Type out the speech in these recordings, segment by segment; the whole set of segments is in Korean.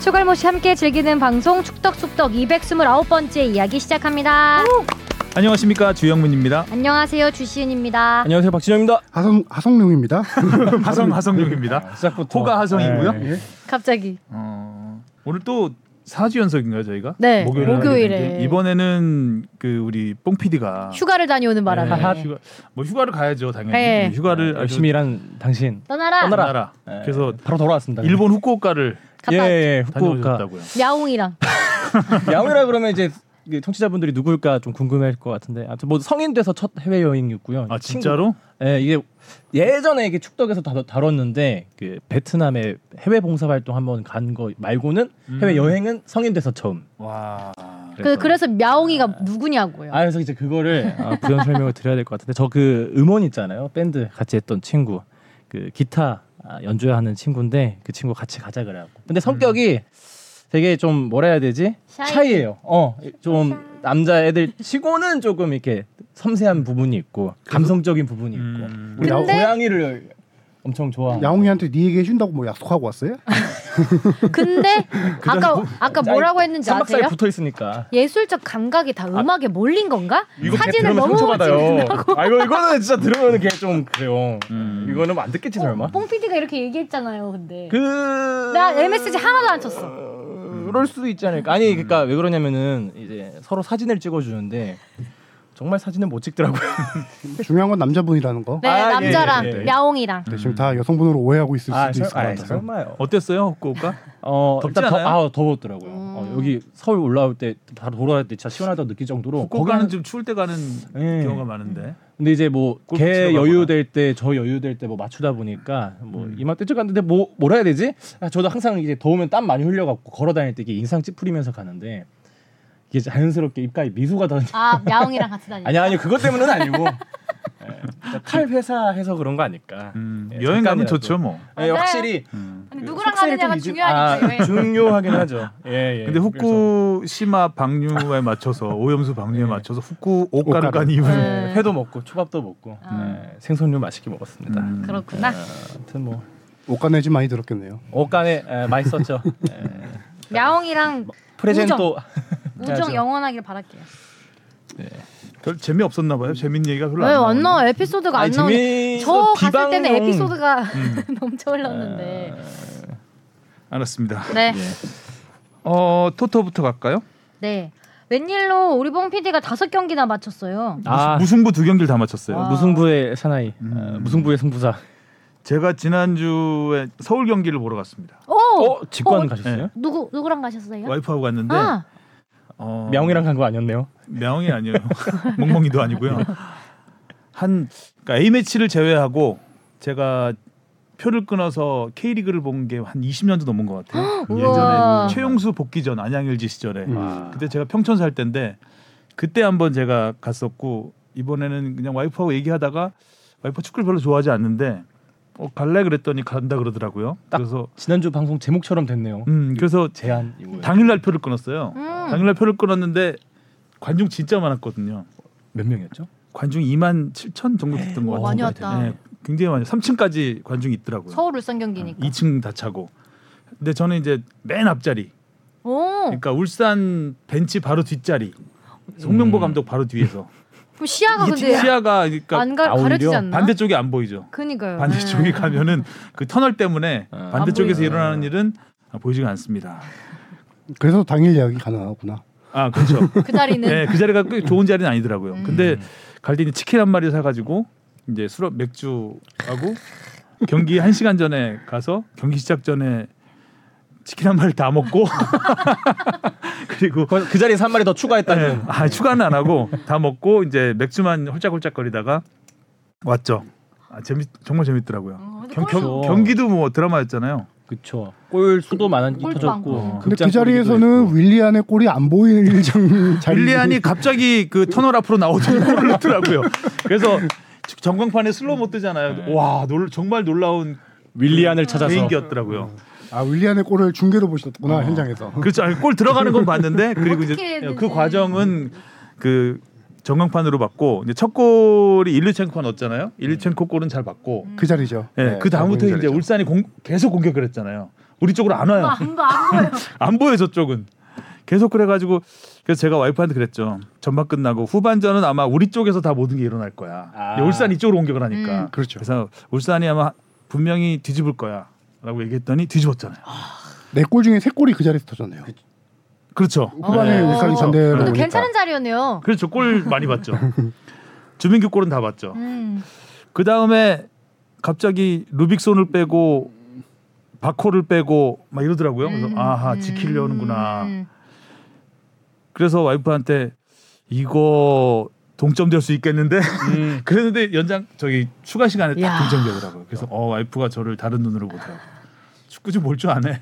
초갈모씨 함께 즐기는 방송 축덕축덕 229번째 이야기 시작합니다. 안녕하십니까 주영민입니다. 안녕하세요 주시은입니다. 안녕하세요 박진영입니다. 하성 하성룡입니다. 어. 하성 하성룡입니다. 네, 시작부터 네. 호가 하성이고요. 예. 갑자기. 어, 오늘 또 4주 연속인가요 저희가? 네. 목요일에 하게 된 목요일에 게. 이번에는 그 우리 뽕 PD가 휴가를 다녀오는 바람에 네. 휴가, 뭐 휴가를 가야죠 당연히 네. 휴가를 아주 네. 열심히 일한 당신 떠나라. 떠나라. 그래서 바로 돌아왔습니다. 일본 후쿠오카를 예, 네. 갔다 예 네. 후쿠오카 다녀오셨다고요. 야옹이랑 야외라 그러면 이제 그 청취자분들이 누굴까 좀 궁금해할 것 같은데 아무튼 뭐 성인 돼서 첫 해외 여행이었고요. 아 친구- 진짜로? 예 이게 예전에 이게 축덕에서 다, 다뤘는데 그 베트남에 해외 봉사활동 한번 간 거 말고는 음. 해외 여행은 성인 돼서 처음. 와. 그, 그래서 야옹이가 누구냐고요. 아 그래서 이제 그거를 아, 부연 설명을 드려야 될 것 같은데 저 그 음원 있잖아요 밴드 같이 했던 친구 그 기타 아, 연주하는 친구인데 그 친구 같이 가자 그래갖고 근데 성격이 되게 좀 뭐라 해야 되지 샤이. 샤이예요 어 좀 남자 애들 치고는 조금 이렇게 섬세한 부분이 있고 감성적인 부분이 있고 음. 우리 근데- 고양이를 엄청 좋아 야옹이한테 네 얘기 해준다고 뭐 약속하고 왔어요? 그, 근데 아까 아까 그러니까 뭐라고 했는지 삼박살 아세요? 붙어 있으니까 예술적 감각이 다 음악에 몰린 건가? 사진을 들으면 너무 찍는다고. 아 이거 이거는 진짜 들으면 걔 좀 그래요 음. 이거는 뭐 안 듣겠지 설마 뽕 PD가 이렇게 얘기했잖아요. 근데 어? 그 예. 나 MSG 하나도 안 쳤어. 그럴 수도 있지 않을까. 아니 그러니까 왜 그러냐면은 이제 서로 사진을 찍어주는데 정말 사진은 못 찍더라고요. 중요한 건 남자분이라는 거. 네 아, 예, 남자랑 예, 예. 야옹이랑 근데 지금 다 여성분으로 오해하고 있을 수도 있을 것 아, 같아서. 설마요. 어땠어요 후쿠오카? 어 덥지 일단 더, 않아요? 아 더웠더라고요. 음. 어, 여기 서울 올라올 때 바로 돌아올 때 진짜 시원하다고 느낄 정도로. 후쿠오카는 거기는- 좀 추울 때 가는 예. 경우가 많은데. 근데 이제 뭐 골프 치러 걔 가거나. 여유 될 때 저 여유 될 때 뭐 맞추다 보니까 뭐 이맘때쯤 갔는데 뭐 뭐라 해야 되지? 아, 저도 항상 이제 더우면 땀 많이 흘려갖고 걸어 다닐 때 이게 인상 찌푸리면서 가는데 이게 자연스럽게 입가에 미소가 다 아 야옹이랑 같이 다니. 아니 아니 그것 때문은 아니고 예, 탈 네. 회사해서 그런 거 아닐까. 음, 예, 여행 가면 잠깐이라도. 좋죠 뭐. 예, 확실히 근데 그 음. 누구랑 속살이 좀 가느냐가 이제- 중요하니까. 네. 아, 중요하긴 하죠. 예, 예. 근데 후쿠시마 방류에 맞춰서 오염수 예. 방류에 맞춰서 후쿠오카를 간 이후에 네. 그래서, 예, 회도 먹고 초밥도 먹고 아. 예, 생선류 맛있게 먹었습니다. 그렇구나. 네. 아무튼 뭐 옷가내지 많이 들었겠네요. 옷간에 예, 맛있었죠. 예. 야옹이랑 뭐, 프레젠토 우정 영원하길 바랄게요. 별 재미 없었나 봐요. 재밌는 얘기가 별로 왜 안 안 나와. 나와? 에피소드가 안 아니, 나오네. 저 재밌어. 갔을 때는 비방용. 에피소드가 음. 넘쳐 흘렀는데. 알았습니다. 네. 어 토토부터 갈까요? 네. 웬일로 우리 봉 PD가 다섯 경기나 맞췄어요. 아 무승부 두 경기를 다 마쳤어요. 와. 무승부의 사나이, 어, 무승부의 승부사. 제가 지난주에 서울 경기를 보러 갔습니다. 오! 어 직관 어, 가셨어요? 누구 누구랑 가셨어요? 와이프하고 갔는데 네? 아, 어, 명이랑 간 거 아니었네요. 명이 아니에요. 멍멍이도 아니고요. 한 그러니까 A 매치를 제외하고 제가 표를 끊어서 K리그를 본 게 한 20년도 넘은 것 같아요. 우와. 아. 예전에 최용수 복귀 전 안양일지 시절에 음. 그때 제가 평촌 살 때인데 그때 한번 제가 갔었고 이번에는 그냥 와이프하고 얘기하다가 와이프 축구를 별로 좋아하지 않는데 어, 갈래 그랬더니 간다 그러더라고요. 딱. 그래서 지난주 방송 제목처럼 됐네요. 음 그래서 제한 이후에 당일날 표를 끊었어요. 음. 당일날 표를 끊었는데 관중 진짜 많았거든요. 몇 명이었죠? 관중 2만 7천 정도 네. 됐던 것 오, 같아요. 많이 왔다. 굉장히 많이. 3층까지 관중이 있더라고요. 서울 울산 경기니까. 2층 다 차고. 근데 저는 이제 맨 앞자리. 오. 그러니까 울산 벤치 바로 뒷자리. 송명보 음. 감독 바로 뒤에서. 그럼 시야가 이게 근데 시야가 그러니까 안 가, 아, 오히려 가려지지 않나? 반대쪽이 안 보이죠. 그니까요. 네. 음. 반대쪽에 가면은 그 터널 때문에 아. 반대쪽에서 안 보이죠. 일어나는 일은 보이지가 않습니다. 그래서 당일 예약이 가능하구나. 아 그렇죠. 네. 그 자리는 네, 그 자리가 꽤 좋은 자리는 아니더라고요. 음. 근데 갈 때 이제 치킨 한 마리 사가지고 이제 술업 맥주하고 경기 한 시간 전에 가서 경기 시작 전에 치킨 한 마리 다 먹고 그리고 그, 그 자리에 서한 마리 더 추가했다는. 네, 아 추가는 안 하고 다 먹고 이제 맥주만 홀짝홀짝거리다가 왔죠. 아, 재미 정말 어, 재밌더라고요. 근데 경, 경, 그렇죠. 경기도 뭐 드라마였잖아요. 그쵸. 골 수도 많이 골빵. 터졌고. 근데 그 자리에서는 윌리안의 골이 안 보이는 장 자리. 빌리안이 갑자기 그 터널 앞으로 나오더니 골을 넣더라고요. 그래서 전광판에 슬로우 못 뜨잖아요. 와, 놀, 정말 놀라운 윌리안을 네. 찾아서. 개인기였더라고요. 아 윌리안의 골을 중계로 보셨구나 현장에서. 그렇죠. 아니, 골 들어가는 건 봤는데 그리고 이제 어떻게 그 했는지. 과정은 그 전광판으로 봤고 이제 첫 골이 일류첸코가 넣었잖아요. 일류첸코 골은 잘 봤고 그 자리죠. 예, 네, 그 다음부터 보이는 이제 자리죠. 울산이 공- 계속 공격을 했잖아요. 우리 쪽으로 안 와요. 안봐안 네. 보여. 안 보여 저쪽은 계속 그래가지고 그래서 제가 와이프한테 그랬죠 전반 끝나고 후반전은 아마 우리 쪽에서 다 모든 게 일어날 거야 아. 이제 울산 이쪽으로 공격을 하니까 음. 그렇죠. 그래서 울산이 아마 분명히 뒤집을 거야라고 얘기했더니 뒤집었잖아요 네 골 중에 세 골이 그 자리에서 터졌네요. 그렇죠 후반에 어. 울산이 상대로 그래도 오니까. 괜찮은 자리였네요. 그래서 그렇죠. 저골 많이 봤죠 주민규 골은 다 봤죠 음. 그 다음에 갑자기 루빅손을 빼고 바코를 빼고 막 이러더라고요 그래서 음. 아하 음. 지키려는구나 음. 그래서 와이프한테 이거 동점될 수 있겠는데 그랬는데 연장 저기 추가 시간에 야. 딱 동점되더라고요. 그래서 어 와이프가 저를 다른 눈으로 보더라고. 요 축구 좀 볼 줄 아네.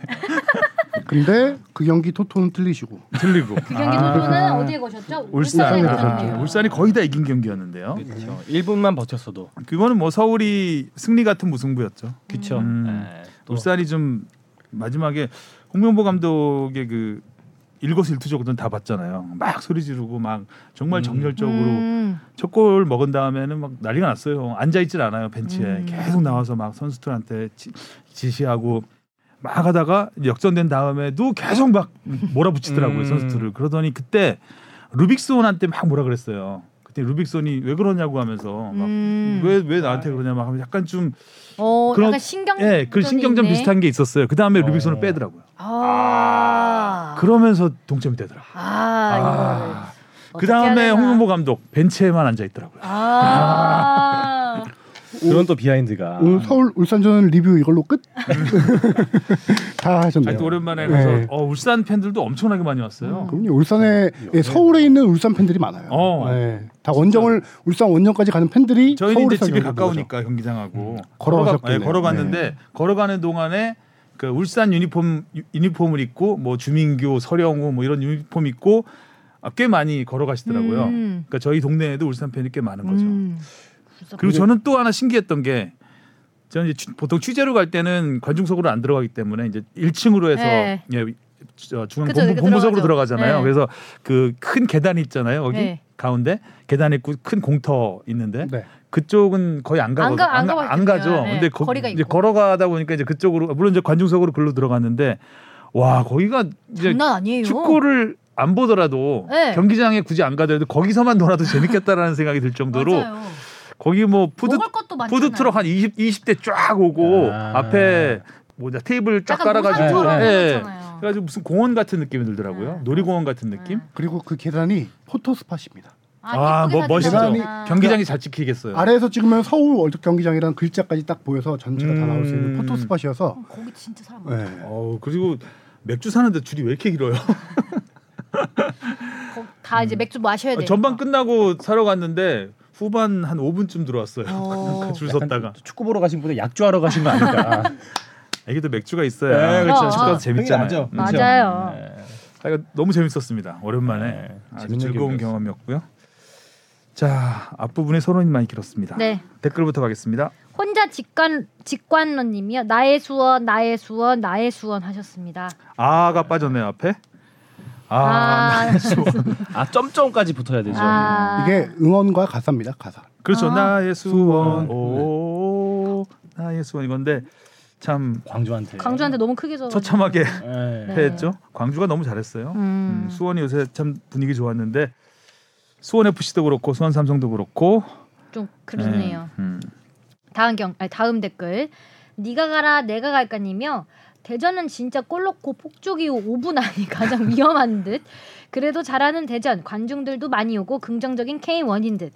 근데 그 경기 토토는 틀리시고 틀리고. 그 경기 아, 후보는 어디에 거셨죠? 울산. 울산에 아, 거셨네요. 음. 울산이 거의 다 이긴 경기였는데요. 그렇죠. 1분만 버텼어도 그거는 뭐 서울이 승리 같은 무승부였죠. 그렇죠. 음. 울산이 좀 마지막에 홍명보 감독의 그 일거수일투족은 다 봤잖아요. 막 소리 지르고 막 정말 음. 정열적으로 음. 첫 골 먹은 다음에는 막 난리가 났어요. 앉아 있질 않아요 벤치에 음. 계속 나와서 막 선수들한테 지, 지시하고 막 하다가 역전된 다음에도 계속 막 몰아붙이더라고요 음. 선수들을. 그러니까 그때 루빅손한테 막 뭐라 그랬어요. 그때 루빅손이 왜 그러냐고 하면서 막 음. 왜, 왜 나한테 그러냐 막 하면 약간 좀, 어, 그런- 약간 신경. 예, 그 신경전 있네. 비슷한 게 있었어요. 그 다음에 어. 루빅손을 빼더라고요. 아. 그러면서 동점이 되더라고요. 아, 이거를. 그 다음에 어떻게 하려나. 홍명보 감독 벤치에만 앉아 있더라고요. 아. 그런 또 비하인드가 아. 오늘 서울 울산전 리뷰 이걸로 끝? 다 하셨네요. 음. 아니, 또 오랜만에 가서 네. 어, 울산 팬들도 엄청나게 많이 음. 왔어요. 음. 그럼요. 울산에 예, 서울에 있는 울산 팬들이 많아요. 네. 어. 예, 다 원정을 울산 원정까지 가는 팬들이 저희는 이제 서울에서 집이 경기를 보는 가까우니까 음. 경기장하고 걸어가셨겠네요. 예, 걸어갔는데 걸어가는 동안에 그 울산 유니폼 유- 유니폼을 입고 뭐 주민교, 서령우 뭐 이런 유니폼 입고 아, 꽤 많이 걸어가시더라고요. 음. 그러니까 저희 동네에도 울산 팬이 꽤 많은 거죠. 음. 그리고 저는 또 하나 신기했던 게 저는 이제 취- 보통 취재로 갈 때는 관중석으로 안 들어가기 때문에 이제 1층으로 해서 네. 예, 저 중앙 그쵸, 본부, 이렇게 본부석으로 들어가죠. 들어가잖아요. 네. 그래서 그 큰 계단 있잖아요. 거기 네. 가운데 계단 있고 큰 공터 있는데 거죠. 네. 그쪽은 거의 안 가거든. 안 가- 안 가봤겠네요. 죠 네, 근데 거, 거리가 이제 있고. 걸어가다 보니까 이제 그쪽으로 물론 이제 관중석으로 글로 들어갔는데 와 거기가 이제 장난 아니에요. 축구를 안 보더라도 네. 경기장에 굳이 안 가더라도 거기서만 놀아도 재밌겠다라는 생각이 들 정도로 맞아요. 거기 뭐 푸드 먹을 것도 많잖아요. 푸드 트럭 한 20, 20대 쫙 오고 아. 앞에 뭐냐 테이블 쫙 약간 깔아가지고 노상처럼 예. 해놨잖아요. 그래가지고 무슨 공원 같은 느낌이 들더라고요. 네. 놀이공원 같은 느낌. 네. 그리고 그 계단이 포토 스팟입니다. 아, 뭐 멋있죠. 다 경기장이 잘 찍히겠어요. 아래에서 찍으면 서울 월드 경기장이라는 글자까지 딱 보여서 전체가 다 나올 수 음. 있는 포토 스팟이어서 거기 진짜 사람 많아. 예. 어 그리고 맥주 사는데 줄이 왜 이렇게 길어요? 거기 다 이제 맥주 마셔야 돼. 어, 전반 끝나고 사러 갔는데 후반 한 5분쯤 들어왔어요. 그 어. 줄 섰다가 축구 보러 가신 분은 약주 하러 가신 거 아닐까? 애기도 맥주가 있어야 네, 그렇죠. 축구가 아, 재밌잖아요. 흥이 음. 나죠. 맞아요. 그렇죠. 네. 하여간 너무 재밌었습니다. 오랜만에 네, 아주 재밌는 즐거운 경기였어요. 경험이었고요. 자 앞부분에 서론이 많이 길었습니다. 네. 댓글부터 가겠습니다. 혼자 직관 직관러님이요. 나의 수원, 나의 수원, 나의 수원 하셨습니다. 아가 빠졌네요 앞에. 아, 아. 아 점점까지 붙어야 되죠. 아. 이게 응원과 가사입니다. 가사. 그렇죠. 아. 나의 수원. 수원. 네. 오 나의 수원 이건데 참 광주한테. 광주한테 너무 크게 줘. 처참하게 네. 패했죠. 광주가 너무 잘했어요. 음. 음, 수원이 요새 참 분위기 좋았는데 수원 FC도 그렇고 수원 삼성도 그렇고 좀 그렇네요. 네. 음. 다음 경 아니, 다음 댓글. 네가 가라 내가 갈까 님이요. 대전은 진짜 골 넣고 폭죽이 오분 안이 가장 위험한 듯. 그래도 잘하는 대전 관중들도 많이 오고 긍정적인 K1인 듯.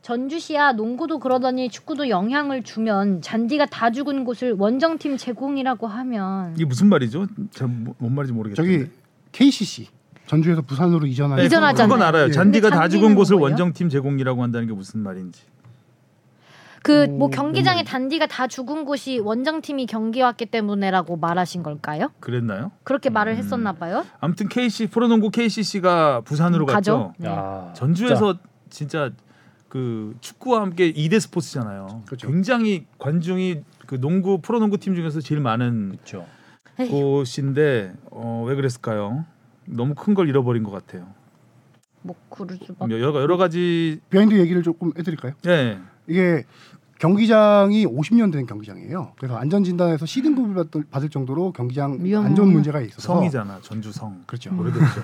전주시야 농구도 그러더니 축구도 영향을 주면 잔디가 다 죽은 곳을 원정팀 제공이라고 하면 이게 무슨 말이죠? 참 뭐, 뭔 말인지 모르겠어요. 저기 KCC 전주에서 부산으로 이전한 네, 이전- 이전하잖아요. 그건 알아요. 예. 잔디가 근데 다 잔디는 죽은 곳을 뭐예요? 원정팀 제공이라고 한다는 게 무슨 말인지. 그 음, 뭐 경기장의 단디가 다 죽은 곳이 원정팀이 경기 왔기 때문에라고 말하신 걸까요? 그랬나요? 그렇게 말을 음. 했었나 봐요. 아무튼 KC 프로농구 KCC가 부산으로 가죠. 갔죠. 네. 야. 전주에서 진짜 그 축구와 함께 2대 스포츠잖아요. 그렇죠. 굉장히 관중이 그 농구 프로농구 팀 중에서 제일 많은 그렇죠. 에휴. 곳인데 어, 왜 그랬을까요? 너무 큰 걸 잃어버린 것 같아요. 뭐 그럴 수밖에. 음. 여러, 여러 가지 비하인드 얘기를 조금 해드릴까요? 예. 이게 경기장이 50년 된 경기장이에요. 그래서 안전 진단에서 시등급을 받을, 받을 정도로 경기장 위험하구나. 안전 문제가 있어서 성이잖아 전주성 그렇죠. 음. 오래됐죠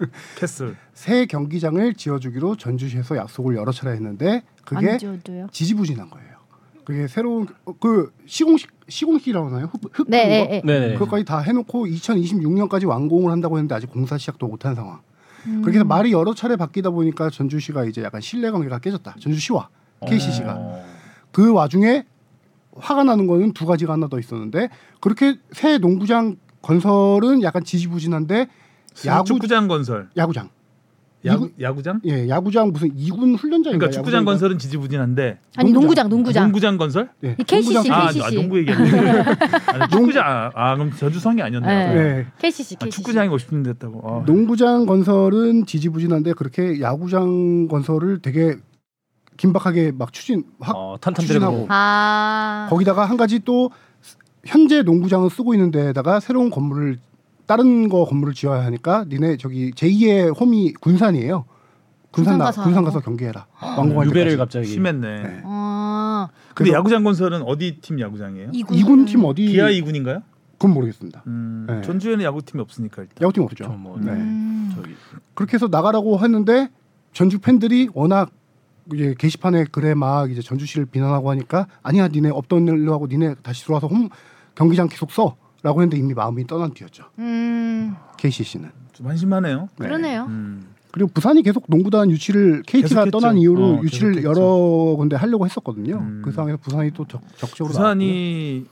캐슬 새 경기장을 지어주기로 전주시에서 약속을 여러 차례 했는데 그게 안 지워줘요. 지지부진한 거예요. 그게 새로운 어, 그 시공식 시공식이라고 하나요? 흙, 흙 네, 푸는 거? 네, 네. 네. 그것까지 다 해놓고 2026년까지 완공을 한다고 했는데 아직 공사 시작도 못한 상황. 음. 그렇게 해서 음. 말이 여러 차례 바뀌다 보니까 전주시가 이제 약간 신뢰 관계가 깨졌다. 전주시와 어. KCC가 그 와중에 화가 나는 거는 두 가지가 하나 더 있었는데 그렇게 새 농구장 건설은 약간 지지부진한데 야구... 야구- 축구장 건설 야구장 야구, 야구장 예 야구장 무슨 이군 훈련장인가 그러니까 축구장 건설은 지지부진한데 아니 농구장 농구장. 농구장, 농구장 건설 예, 이 KCC 아, KCC 아 농구 얘기하는 아니, 축구장 아, 아 그럼 전주성이 아니었네요 네. 예, KCC 아, KCC. 축구장이 50년 됐다고 아, 농구장 건설은 지지부진한데 그렇게 야구장 건설을 되게 긴박하게 막 추진 확 어, 탄탄대로 추진하고 아. 거기다가 한 가지 또 현재 농구장을 쓰고 있는 데에다가 새로운 건물을 다른 거 건물을 지어야 하니까 니네 저기 제2의 홈이 군산이에요. 군산 군산 나 가서 군산 가서 하라고? 경기해라. 완공할 어, 유배를 때까지. 갑자기 심했네 네. 아. 근데 그래서 야구장 건설은 어디 팀 야구장이에요? 이군. 이군 팀 어디? 기아 2군인가요? 그건 모르겠습니다. 음, 네. 전주에는 야구팀이 없으니까 일단 야구팀 없죠. 그렇죠, 뭐. 네. 음. 저기 그렇게 해서 나가라고 했는데 전주 팬들이 워낙 이제 게시판에 글에 막 이제 전주시를 비난하고 하니까 아니야 니네 없던 일로 하고 니네 다시 들어와서 홈 경기장 계속 써라고 했는데 이미 마음이 떠난 뒤였죠. 음. KCC는. 좀 한심하네요. 그러네요. 음. 그리고 부산이 계속 농구단 유치를 KT가 계속했죠. 떠난 이후로 어, 유치를 계속했죠. 여러 군데 하려고 했었거든요. 음. 그 상황에서 부산이 또 적, 적적으로 나왔고요. 부산이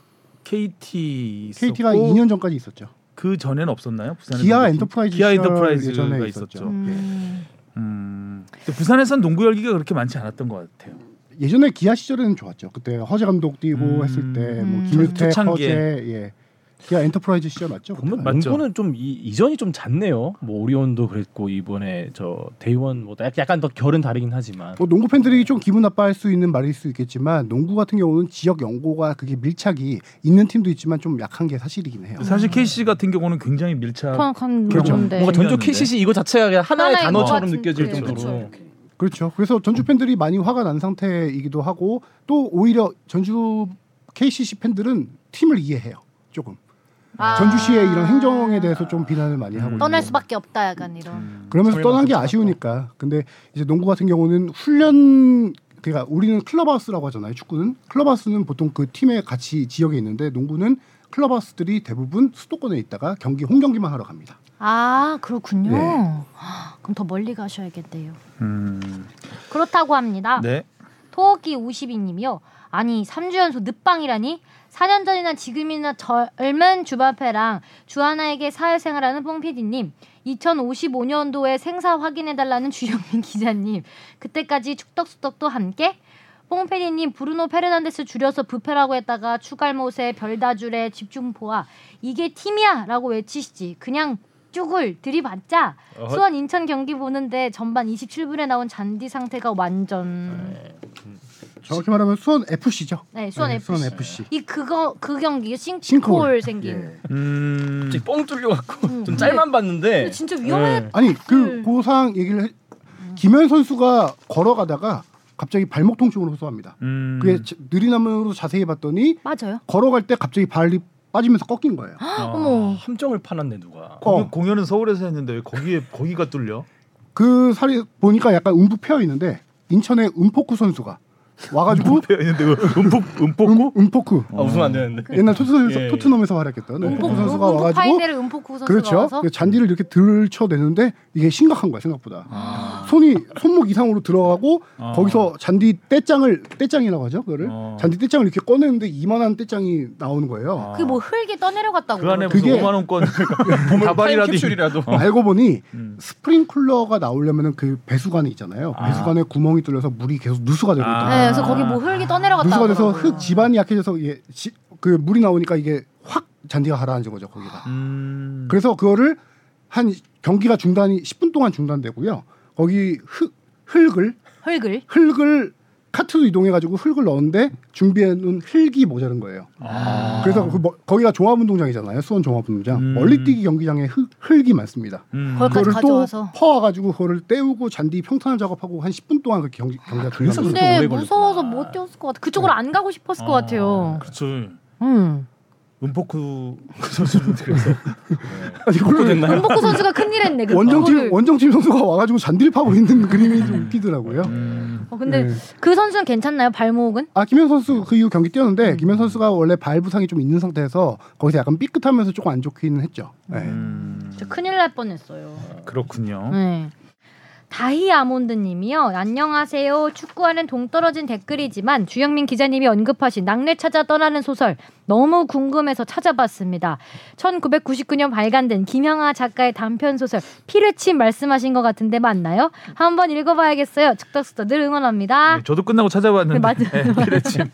KT 있었고 KT가 2년 전까지 있었죠. 그 전에는 없었나요? 부산에 기아 농구팀? 엔터프라이즈 기아 시절 엔터프라이즈가 예전에 있었죠. 있었죠. 음. 음. 근데 부산에선 농구 열기가 그렇게 많지 않았던 것 같아요. 예. 전에 기아 시절에는 좋았죠. 그때 허재 감독 뛰고 음. 했을 때 뭐 음. 김유태, 초창기에. 허재, 예. 기아 엔터프라이즈 시절 맞죠? 보면 그때가? 음. 맞죠. 농구는 뭐 좀 이, 이전이 좀 잦네요. 뭐 오리온도 그랬고 이번에 저 대원 뭐 약- 약간 더 결은 다르긴 하지만 뭐 농구 팬들이 좀 기분 나빠할 수 있는 말일 수 있겠지만 농구 같은 경우는 지역 연고가 그게 밀착이 있는 팀도 있지만 좀 약한 게 사실이긴 해요. 사실 KC 같은 경우는 굉장히 밀착. 한 그렇죠. 건데. 뭔가 전조 신기한데. 캐시시 이거 자체가 그냥 하나의 하나인 단어처럼 것 같은- 느껴질 그래요. 정도로 그렇죠. 그래서 전주 팬들이 많이 화가 난 상태이기도 하고 또 오히려 전주 KCC 팬들은 팀을 이해해요. 조금 아. 전주시의 이런 행정에 대해서 좀 비난을 많이 하고 음. 있고. 떠날 수밖에 없다 약간 이런. 음. 그러면서 떠난 게 아쉬우니까. 근데 이제 농구 같은 경우는 훈련 그러니까 우리는 클럽하우스라고 하잖아요. 축구는 클럽하우스는 보통 그 팀에 같이 지역에 있는데 농구는 클럽하우스들이 대부분 수도권에 있다가 경기 홈 경기만 하러 갑니다. 아 그렇군요. 네. 헉, 그럼 더 멀리 가셔야겠네요. 음. 그렇다고 합니다. 네. 토끼 52님이요. 아니 3주 연속 늦방이라니? 4년 전이나 지금이나 젊은 주바페랑 주하나에게 사회생활하는 뽕피디님 2055년도에 생사 확인해달라는 주영민 기자님 그때까지 축덕수덕도 함께 뽕피디님 브루노 페르난데스 줄여서 부페라고 했다가 추갈못에 별다줄에 집중포화 이게 팀이야 라고 외치시지 그냥 쭈글 들이받자 수원 인천 경기 보는데 전반 27분에 나온 잔디 상태가 완전 정확히 말하면 수원 FC죠. 네, 수원 FC. 수원 FC. 이 그거 그 경기 싱크홀 싱크홀. 생긴. 예. 음. 갑자기 뻥 뚫려갖고 음. 좀 짤만 근데 봤는데 진짜 위험해. 네. 아니 음. 그 고상 얘기를 해, 김현 선수가 걸어가다가 갑자기 발목 통증으로 호소합니다. 음. 그게 자- 느리나무로 자세히 봤더니 맞아요. 걸어갈 때 갑자기 발이 빠지면서 꺾인 거예요. 아. 어머. 함정을 파놨네 누가 아, 어. 공연- 공연은 서울에서 했는데 왜 거기에 거기가 뚫려? 그 살이 보니까 약간 움푹 패여 있는데 인천의 음포크 선수가 와가지고 있는데 음폭 음폭구? 음, 음포크 아 웃으면 안그 되는데 옛날 토트넘, 예, 예. 토트넘에서 활약했던 음포크 음포크 선수가 음포크 네, 와가지고 파이널에 음포크 선수가 그렇죠. 와서 그 잔디를 이렇게 들쳐내는데 이게 심각한 거야 생각보다. 손이 손목 이상으로 들어가고 아. 거기서 잔디 떼장을 떼장이라고 하죠. 그거를 어. 잔디 떼장을 이렇게 꺼내는데 이만한 떼장이 나오는 거예요. 그 뭐 흙에 떠내려갔다고. 그 그러더라고요. 안에 무슨 그게- 5만 원권 타임 다발이라도 캡슐이라도 그러니까 알고 보니 음. 스프링클러가 나오려면 그 배수관이 있잖아요. 아. 배수관에 구멍이 뚫려서 물이 계속 누수가 되고 아. 있더라고요. 네, 그래서 거기 뭐 흙이 떠내려갔다고. 누수가 돼서 그러더라고요. 흙 지반이 약해져서 이게 지- 그 물이 나오니까 이게 확 잔디가 가라앉은 거죠 거기가. 음. 그래서 그거를 한 경기가 중단이 10분 동안 중단되고요. 거기 흙 흙을 흙을 흙을 카트로 이동해가지고 흙을 넣었는데 준비해놓은 흙이 모자른 거예요. 그래서 그 뭐- 거기가 종합운동장이잖아요. 수원 종합운동장. 음. 멀리뛰기 경기장에 흙, 흙이 많습니다. 음. 거기까지 그거를 또 가져와서. 퍼와가지고 그거를 떼우고 잔디 평탄을 작업하고 한 10분 동안 그 경기, 경기가 그래서 들어갑니다. 그렇게 근데 오래 무서워서 걸렸구나. 못 뛰었을 것 같아. 그쪽으로 네. 안 가고 싶었을 것 같아요. 그렇죠. 음. 음포크 선수는 그래서 아니, 그걸 됐나요? 전복구 선수가 큰일 했네. 그 음. 원정팀 그거를. 원정팀 선수가 와가지고 잔디를 파고 있는 그림이 좀 웃기더라고요. 음. 어, 근데 네. 그 선수는 괜찮나요? 발목은? 아 김현 선수 그 이후 경기 뛰었는데 김현 선수가 원래 발 부상이 좀 있는 상태에서 거기서 약간 삐끗하면서 조금 안 좋기는 했죠. 네. 음. 저 큰일 날 뻔했어요. 그렇군요. 예, 네. 다희 아몬드님이요. 안녕하세요. 축구하는 동떨어진 댓글이지만 주영민 기자님이 언급하신 낙뢰 찾아 떠나는 소설 너무 궁금해서 찾아봤습니다. 1999년 발간된 김향아 작가의 단편 소설 피를 침 말씀하신 것 같은데 맞나요? 한번 읽어봐야겠어요. 즉덕스터 늘 응원합니다. 네, 저도 끝나고 찾아봤는데 네, 맞아요. 네, 피레침. 이게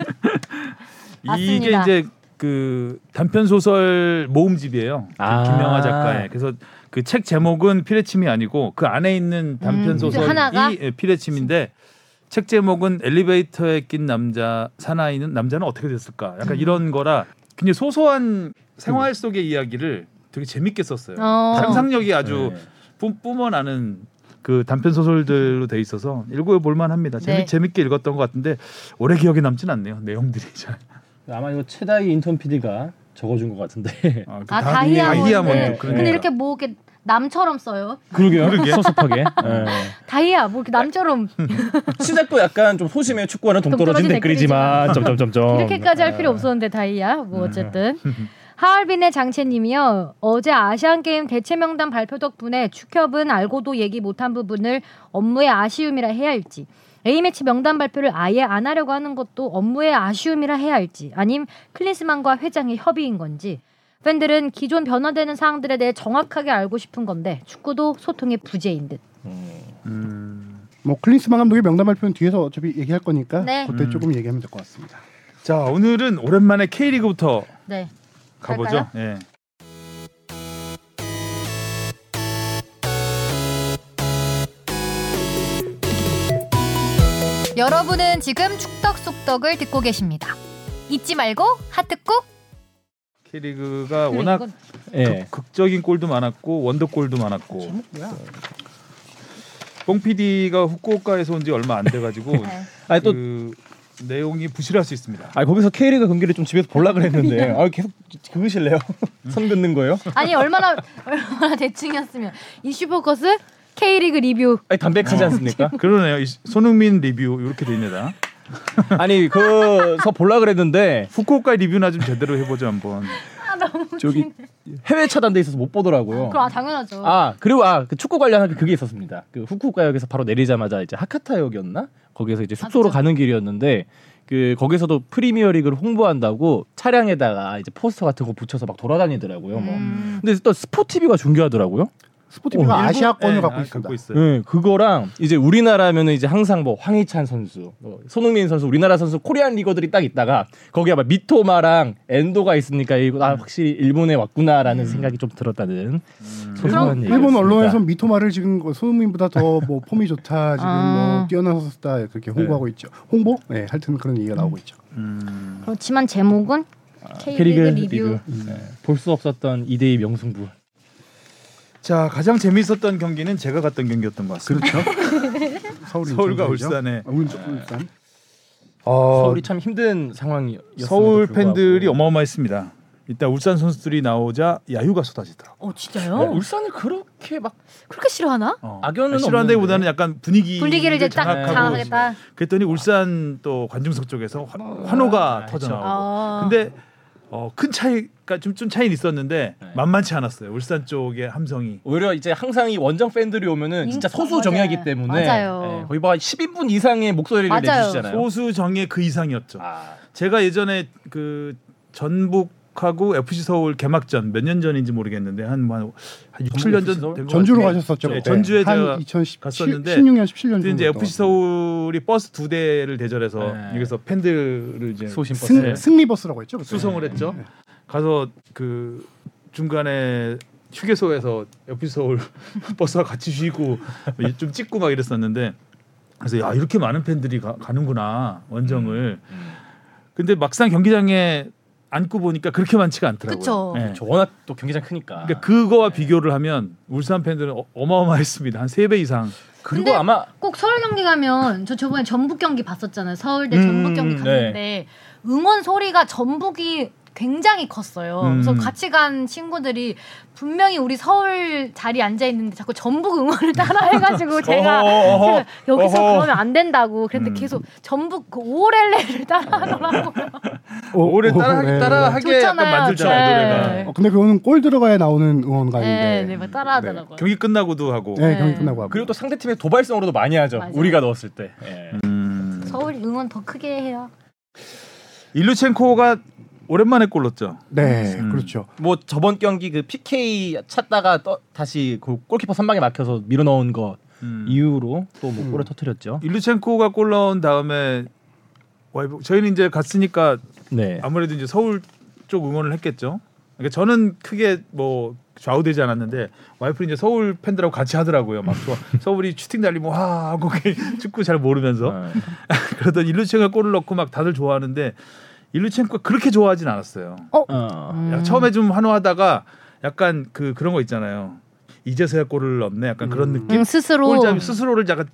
맞습니다. 이제 그 단편 소설 모음집이에요. 아. 김영하 작가의. 그래서 그 책 제목은 피레침이 아니고 그 안에 있는 단편 음, 소설이 하나가? 예, 피레침인데 책 제목은 엘리베이터에 낀 남자 사나이는 남자는 어떻게 됐을까? 음. 약간 이런 거라 굉장히 소소한 생활 속의 이야기를 되게 재밌게 썼어요. 어. 상상력이 아주 네. 뿜, 뿜어나는 그 단편 소설들로 돼 있어서 읽어볼 만합니다. 재미, 네. 재밌게 읽었던 것 같은데 오래 기억에 남진 않네요. 내용들이 잘. 아마 이거 최다희 인턴 PD가 적어준 것 같은데. 아, 그 아 다- 다희 다희 아몬드. 아몬드. 그러니까. 근데 이렇게 뭐 이렇게 남처럼 써요. 그러게요. 섭섭하게. 예. 다희야 뭐 이렇게 남처럼 시작도 약간 좀 소심해요. 축구하는 동떨어진 동떨어진 댓글이지만 어, 점점점점. 이렇게까지 네. 할 필요 없었는데 다이야 뭐 어쨌든 하얼빈의 장채님이요 어제 아시안 게임 대체 명단 발표 덕분에 축협은 알고도 얘기 못한 부분을 업무의 아쉬움이라 해야 할지 A 매치 명단 발표를 아예 안 하려고 하는 것도 업무의 아쉬움이라 해야 할지 아님 클린스만과 회장의 협의인 건지 팬들은 기존 변화되는 사항들에 대해 정확하게 알고 싶은 건데 축구도 소통의 부재인 듯. 음. 뭐 클린스만 감독의 명단 발표는 뒤에서 어차피 얘기할 거니까 네. 그때 음. 조금 얘기하면 될 것 같습니다. 자 오늘은 오랜만에 K리그부터 네. 가보죠. 갈까요? 예. 여러분은 지금 축덕 속덕을 듣고 계십니다. 잊지 말고 하트 꾹. K리그가 워낙 예. 극적인 골도 많았고 원더골도 많았고 뭐야? 뽕 PD가 후쿠오카에서 온 지 얼마 안 돼가지고 네. 아니 또 그 내용이 부실할 수 있습니다. 아 거기서 K리그 경기를 좀 집에서 보려 그랬는데 아 계속 그으실래요? 선 긋는 거예요? 아니 얼마나 얼마나 대충이었으면 이슈 포커스 K리그 리뷰 아니 담백하지 않습니까? 그러네요. 이 손흥민 리뷰 이렇게 돼 있네다. 아니 그서 보려 그랬는데 후쿠오카 리뷰나 좀 제대로 해보죠 한번. 저기 해외 차단돼 있어서 못 보더라고요. 그럼 네. 아, 당연하죠. 아 그리고 아 그 축구 관련한 그게 있었습니다. 그 후쿠오카역에서 바로 내리자마자 이제 하카타역이었나 거기에서 이제 숙소로 맞죠. 가는 길이었는데 그 거기서도 프리미어리그를 홍보한다고 차량에다가 이제 포스터 같은 거 붙여서 막 돌아다니더라고요. 뭐. 음. 근데 또 스포티비가 중계하더라고요. 스포티비가 일부- 어, 아시아권을 예, 갖고 아, 있습니다. 네, 그거랑 이제 우리나라면은 이제 항상 뭐 황희찬 선수, 뭐 손흥민 선수, 우리나라 선수 코리안 리거들이 딱 있다가 거기 아마 미토마랑 엔도가 있으니까 이거 아 확실히 일본에 왔구나라는 음. 생각이 좀 들었다는 소소한 얘기. 일본 언론에서 미토마를 지금 그 손흥민보다 더 뭐 폼이 좋다 지금 아. 뭐 뛰어나섰다 그렇게 홍보하고 있죠. 홍보? 네, 하여튼 그런 얘기가 나오고 있죠. 음. 그렇지만 제목은 네. K리그 리뷰. 음. 볼 수 없었던 2대2 명승부. 자 가장 재미있었던 경기는 제가 갔던 경기였던 것 같습니다. 그렇죠. 서울 서울과 인천이죠. 울산의- 아, 울산, 울산. 어, 서울이 참 힘든 상황이었어요. 서울 팬들이 어마어마했습니다. 이따 울산 선수들이 나오자 야유가 쏟아지더라고. 어 진짜요? 네. 네. 울산을 그렇게 막 그렇게 싫어하나? 어. 아, 악연은 싫어한다기보다는 약간 분위기 분위기를 이제 딱 장악하고 장악하겠다. 그랬더니 울산 또 관중석 쪽에서 환- 환호가 아, 터져 그쵸. 나오고. 아. 근데 어, 큰 차이가 좀, 좀 차이는 있었는데 네. 만만치 않았어요. 울산 쪽의 함성이. 오히려 이제 항상 이 원정 팬들이 오면은 진짜 인기- 소수 정예이기 맞아요. 때문에 맞아요. 예, 거의 뭐 10인분 이상의 목소리를 맞아요. 내주시잖아요. 소수 정예 그 이상이었죠. 아, 제가 예전에 그 전북하고 FC 서울 개막전 몇 년 전인지 모르겠는데 한한 한 6, 7년 FC 서울? 전 전주로 가셨었죠. 네, 그때. 전주에 한 제가 2017, 갔었는데 16년 17년 그때 정도 이제 FC 서울이 버스 두 대를 대절해서 네. 여기서 팬들을 이제 네. 소신 버스. 승, 승리 버스라고 했죠. 그때. 수송을 했죠. 가서 그 중간에 휴게소에서 FC 서울 버스와 같이 쉬고 좀 찍고 막 이랬었는데 그래서 야 이렇게 많은 팬들이 가, 가는구나 원정을. 음. 근데 막상 경기장에 앉고 보니까 그렇게 많지가 않더라고요. 그쵸. 예. 저 워낙 또 경기장 크니까. 그러니까 그거와 비교를 하면 울산 팬들은 어, 어마어마했습니다. 한 세 배 이상. 그리고 아마 꼭 서울 경기 가면 저 저번에 전북 경기 봤었잖아요. 서울대 음, 전북 경기 네. 갔는데 응원 소리가 전북이 굉장히 컸어요. 그래서 음. 같이 간 친구들이 분명히 우리 서울 자리에 앉아 있는데 자꾸 전북 응원을 따라 해가지고 제가 어허, 어허. 제가 여기서 어허. 그러면 안 된다고 그랬는데 음. 계속 전북 그 오렐레를 따라하더라고요. 어, 올해 따라 네, 따라 네. 하게 약간 좋잖아요. 만들잖아요 네. 노래가. 어, 근데 그거는 골 들어가야 나오는 응원가인데. 네, 네, 막 따라하더라고요. 경기 끝나고도 하고. 네, 경기 네. 끝나고 하고. 그리고 또 상대팀의 도발성으로도 많이 하죠. 맞아요. 우리가 넣었을 때. 예. 음. 서울 응원 더 크게 해요. 일루첸코가 오랜만에 골 넣었죠. 네, 음. 그렇죠. 뭐 저번 경기 그 PK 찾다가 떠, 다시 그 골키퍼 선방에 막혀서 밀어 넣은 것 음. 이후로 또 뭐 음. 골을 터뜨렸죠. 일루첸코가 골 넣은 다음에 와이프 저희는 이제 갔으니까 네. 아무래도 이제 서울 쪽 응원을 했겠죠. 그러니까 저는 크게 뭐 좌우되지 않았는데 와이프는 이제 서울 팬들하고 같이 하더라고요. 막 좋아. 서울이 슈팅 날리면 와 하고 축구 잘 모르면서 네. 그러던 일루첸코가 골을 넣고 막 다들 좋아하는데 일루첸코가 그렇게 좋아하진 않았어요. 어. 야, 처음에 좀 환호하다가 약간 그 그런 거 있잖아요. 이제서야 골을 넣네. 약간 그런 음. 느낌. 응, 스스로. 골잡이 스스로를 약간,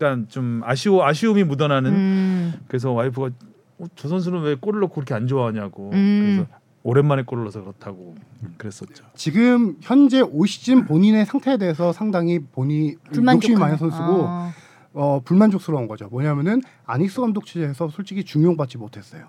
약간 좀 아쉬워 아쉬움이 묻어나는. 음. 그래서 와이프가 어, 저 선수는 왜 골을 넣고 그렇게 안 좋아하냐고. 음. 그래서 오랜만에 골을 넣어서 그렇다고 그랬었죠. 지금 현재 올 시즌 본인의 상태에 대해서 상당히 본인이 욕심이 불만족하는- 많은 선수고 아. 어, 불만족스러운 거죠. 뭐냐면은 아닉스 감독 체제에서 솔직히 중용받지 못했어요.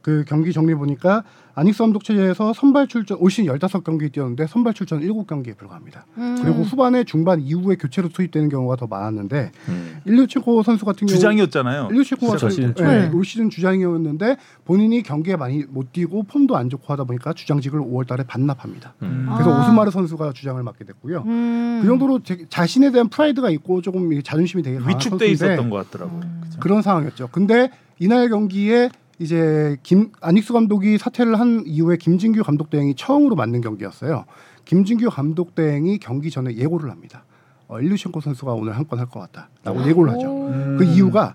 그 경기 정리 보니까 아닉스 감독 체제에서 선발 출전 올 시즌 15경기 뛰었는데 선발 출전 7경기에 불과합니다. 음. 그리고 후반에 중반 이후에 교체로 투입되는 경우가 더 많았는데 음. 일류치코 선수 같은 경우 주장이었잖아요. 일류치코 같은 시작할 예, 때. 네. 올 시즌 주장이었는데 본인이 경기에 많이 못 뛰고 폼도 안 좋고 하다 보니까 주장직을 5월 달에 반납합니다. 음. 그래서 아. 오스마르 선수가 주장을 맡게 됐고요. 음. 그 정도로 되게 자신에 대한 프라이드가 있고 조금 이게 자존심이 되게 강한 위축돼 선수인데 음. 있었던 것 같더라고요. 그렇죠. 그죠? 그런 상황이었죠. 근데 이날 경기에 이제 김 아닉스 감독이 사퇴를 한 이후에 김진규 감독 대행이 처음으로 맡는 경기였어요. 김진규 감독 대행이 경기 전에 예고를 합니다. 어, 일류첸코 선수가 오늘 한 건 할 것 아. 같다라고 예고를 하죠. 음. 그 음. 이유가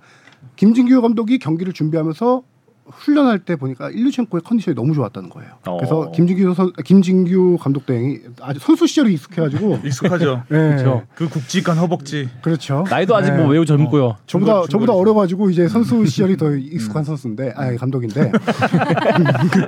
김진규 감독이 경기를 준비하면서 훈련할 때 보니까 일류첸코의 컨디션이 너무 좋았다는 거예요. 어. 그래서 김진규 선 김진규 감독 대행이 아주 선수 시절이 익숙해가지고 익숙하죠. 예, 그렇죠. 그 굵직한 허벅지. 그렇죠. 나이도 아직 네. 뭐 매우 젊고요. 저보다 중간- 저보다 중간에서. 어려가지고 이제 선수 음. 시절이 더 익숙한 선수인데 아 감독인데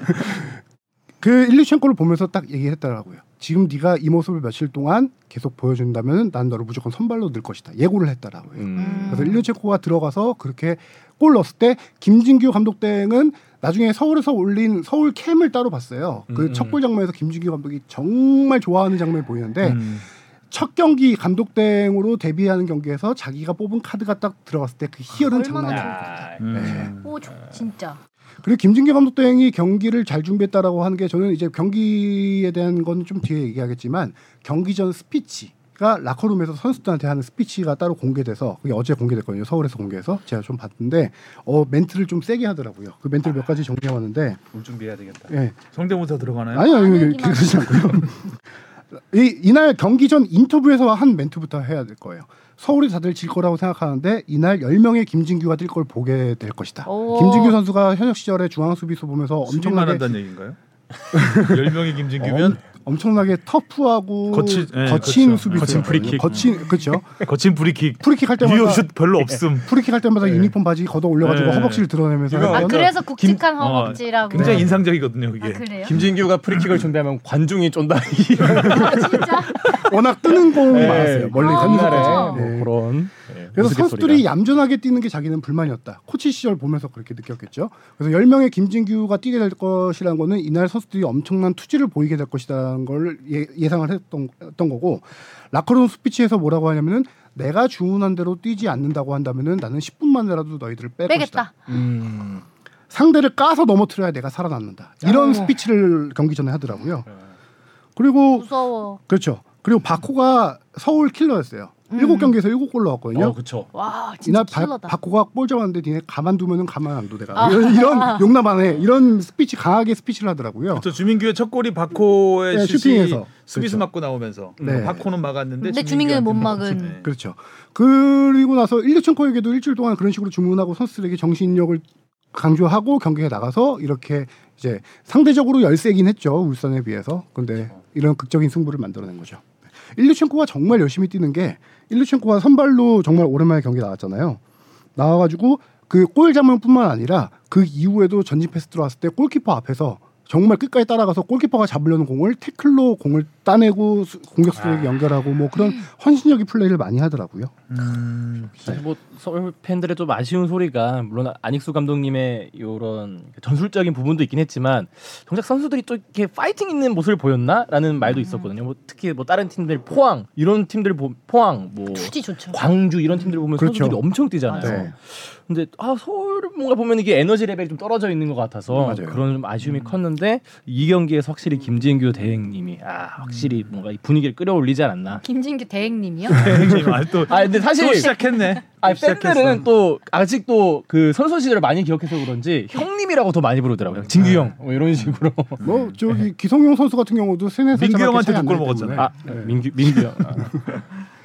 그 일류첸코를 보면서 딱 얘기했더라고요. 지금 네가 이 모습을 며칠 동안 계속 보여준다면 난 너를 무조건 선발로 넣을 것이다. 예고를 했더라고요. 음. 그래서 일류첸코가 들어가서 그렇게 골 넣었을 때 김진규 감독 대행은 나중에 서울에서 올린 서울 캠을 따로 봤어요. 음, 그 첫 골 장면에서 김진규 감독이 정말 좋아하는 장면이 보이는데 음. 첫 경기 감독 대행으로 데뷔하는 경기에서 자기가 뽑은 카드가 딱 들어갔을 때 그 희열은 장난 아니에요. 아, 네. 음. 오, 저- 진짜. 그리고 김진규 감독 대행이 경기를 잘 준비했다라고 하는 게 저는 이제 경기에 대한 건 좀 뒤에 얘기하겠지만 경기 전 스피치가 라커룸에서 선수들한테 하는 스피치가 따로 공개돼서 그게 어제 공개됐거든요. 서울에서 공개해서 제가 좀 봤는데 어 멘트를 좀 세게 하더라고요. 그 멘트를 몇 가지 정리해 왔는데 울 준비해야 되겠다. 예. 성대모사 들어가나요? 아니요, 아니, 아니요, 아니요, 얘기만 그러지 않고요. 이, 이날 경기 전 인터뷰에서 한 멘트부터 해야 될 거예요. 서울이 다들 질 거라고 생각하는데 이날 10명의 김진규가 뛸 걸 보게 될 것이다. 오. 김진규 선수가 현역 시절에 중앙 수비수 보면서 엄청난 엄청나게 어? 한다는 얘기인가요? 열 명의 김진규면 엄청나게 터프하고 거친- 예, 거친 그렇죠. 수비수 거친 프리킥. 거친 그렇죠. 거친 브리킥. 프리킥 할 때마다 예. 리오슛 별로 없음. 프리킥 할 때마다 유니폼 바지 걷어 올려가지고 예. 허벅지를 드러내면서 유명한- 아 하던 그래서 굵직한 김- 어, 아, 허벅지라고. 굉장히 네. 인상적이거든요, 그게. 아 그래요? 김진규가 프리킥을 준비하면 관중이 쫀다. 아 진짜. 워낙 뜨는 공이 예. 많았어요. 멀리 아, 갔는데. 옛날에. 네. 예. 뭐 그런. 예, 그래서 우스갯소리가. 선수들이 얌전하게 뛰는 게 자기는 불만이었다. 코치 시절 보면서 그렇게 느꼈겠죠. 그래서 10명의 김진규가 뛰게 될 것이라는 거는 이날 선수들이 엄청난 투지를 보이게 될 것이라는 걸 예, 상을 했던, 했던 거고 라커룸 스피치에서 뭐라고 하냐면은 내가 주문한 대로 뛰지 않는다고 한다면은 나는 10분 만에라도 너희들을 뺄 것이다. 빼겠다. 음. 상대를 까서 넘어뜨려야 내가 살아남는다. 이런 스피치를 경기 전에 네. 하더라고요. 그리고 무서워. 그렇죠. 그리고 바코가 서울 킬러였어요. 일곱 경기에서 일곱 골 넣었거든요. 어, 그쵸. 와 진짜 이날 바, 킬러다. 아. 바꾸가 볼 잡았는데 니네 가만두면은 가만 안 둬 내가 이런, 이런 용납 안해 이런 스피치 강하게 스피치를 하더라고요. 저 주민규의 첫 골이 바코의 네, 슛이 슈팅에서. 수비수 그렇죠. 맞고 나오면서 네. 바코는 막았는데 근데 주민규는 못 주민규한테 막은. 네. 그렇죠. 그리고 나서 일류첸코에게도 일주일 동안 그런 식으로 주문하고 선수들에게 정신력을 강조하고 경기에 나가서 이렇게 이제 상대적으로 열세긴 했죠 울산에 비해서. 근데 이런 극적인 승부를 만들어낸 거죠. 네. 일류첸코가 정말 열심히 뛰는 게 일류첸코가 선발로 정말 오랜만에 경기 나왔잖아요. 나와가지고 그 골 장면뿐만 아니라 그 이후에도 전진 패스 들어왔을 때 골키퍼 앞에서 정말 끝까지 따라가서 골키퍼가 잡으려는 공을 태클로 공을 따내고 수- 공격수에게 연결하고 뭐 그런 헌신적인 플레이를 많이 하더라고요. 음, 사실 뭐 서울 팬들의 좀 아쉬운 소리가 물론 안익수 감독님의 이런 전술적인 부분도 있긴 했지만 정작 선수들이 또 이렇게 파이팅 있는 모습을 보였나라는 말도 있었거든요. 뭐 특히 뭐 다른 팀들 포항 이런 팀들 보, 포항 뭐 투지 좋죠. 광주 이런 팀들 보면 그렇죠. 선수들이 엄청 뛰잖아요. 네. 근데 아 서울 뭔가 보면 이게 에너지 레벨이 좀 떨어져 있는 것 같아서 맞아요. 그런 좀 아쉬움이 컸는데 이 경기에서 확실히 김진규 대행님이 아 확실히 뭔가 이 분위기를 끌어올리지 않았나. 김진규 대행님이요? 네, 또, 아 근데 사실 또 시작했네. 아니 또 시작했어. 팬들은 또 아직도 그 선수 시절을 많이 기억해서 그런지 형님이라고 더 많이 부르더라고요. 진규 형 뭐 이런 식으로. 뭐 저기 기성용 선수 같은 경우도 세네 살 민규 차밖에 형한테 차이 두안 나기 골 먹었잖아요. 때문에. 아 민규 민규 형. 아,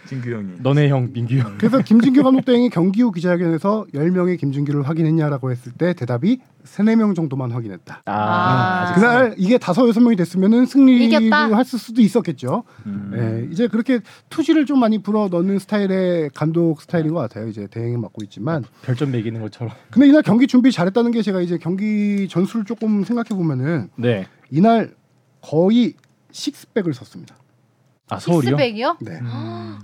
진규 형이. 너네 형 민규 형. 그래서 김진규 감독 대행이 경기 후 기자회견에서 10명의 김진규를 확인했냐라고 했을 때 대답이 세네 명 정도만 확인했다. 아, 아직 그날 이게 다섯 여섯 명이 됐으면은 승리를 이겼다. 했을 수도 있었겠죠. 음. 예, 이제 그렇게 투지를 좀 많이 불어 넣는 스타일의 감독 스타일인 것 같아요. 이제 대행을 맡고 있지만 별점 매기는 것처럼. 근데 이날 경기 준비 잘했다는 게 제가 이제 경기 전술을 조금 생각해 보면은 네. 이날 거의 식스백을 썼습니다. 아 서울이요? 식스백이요? 네.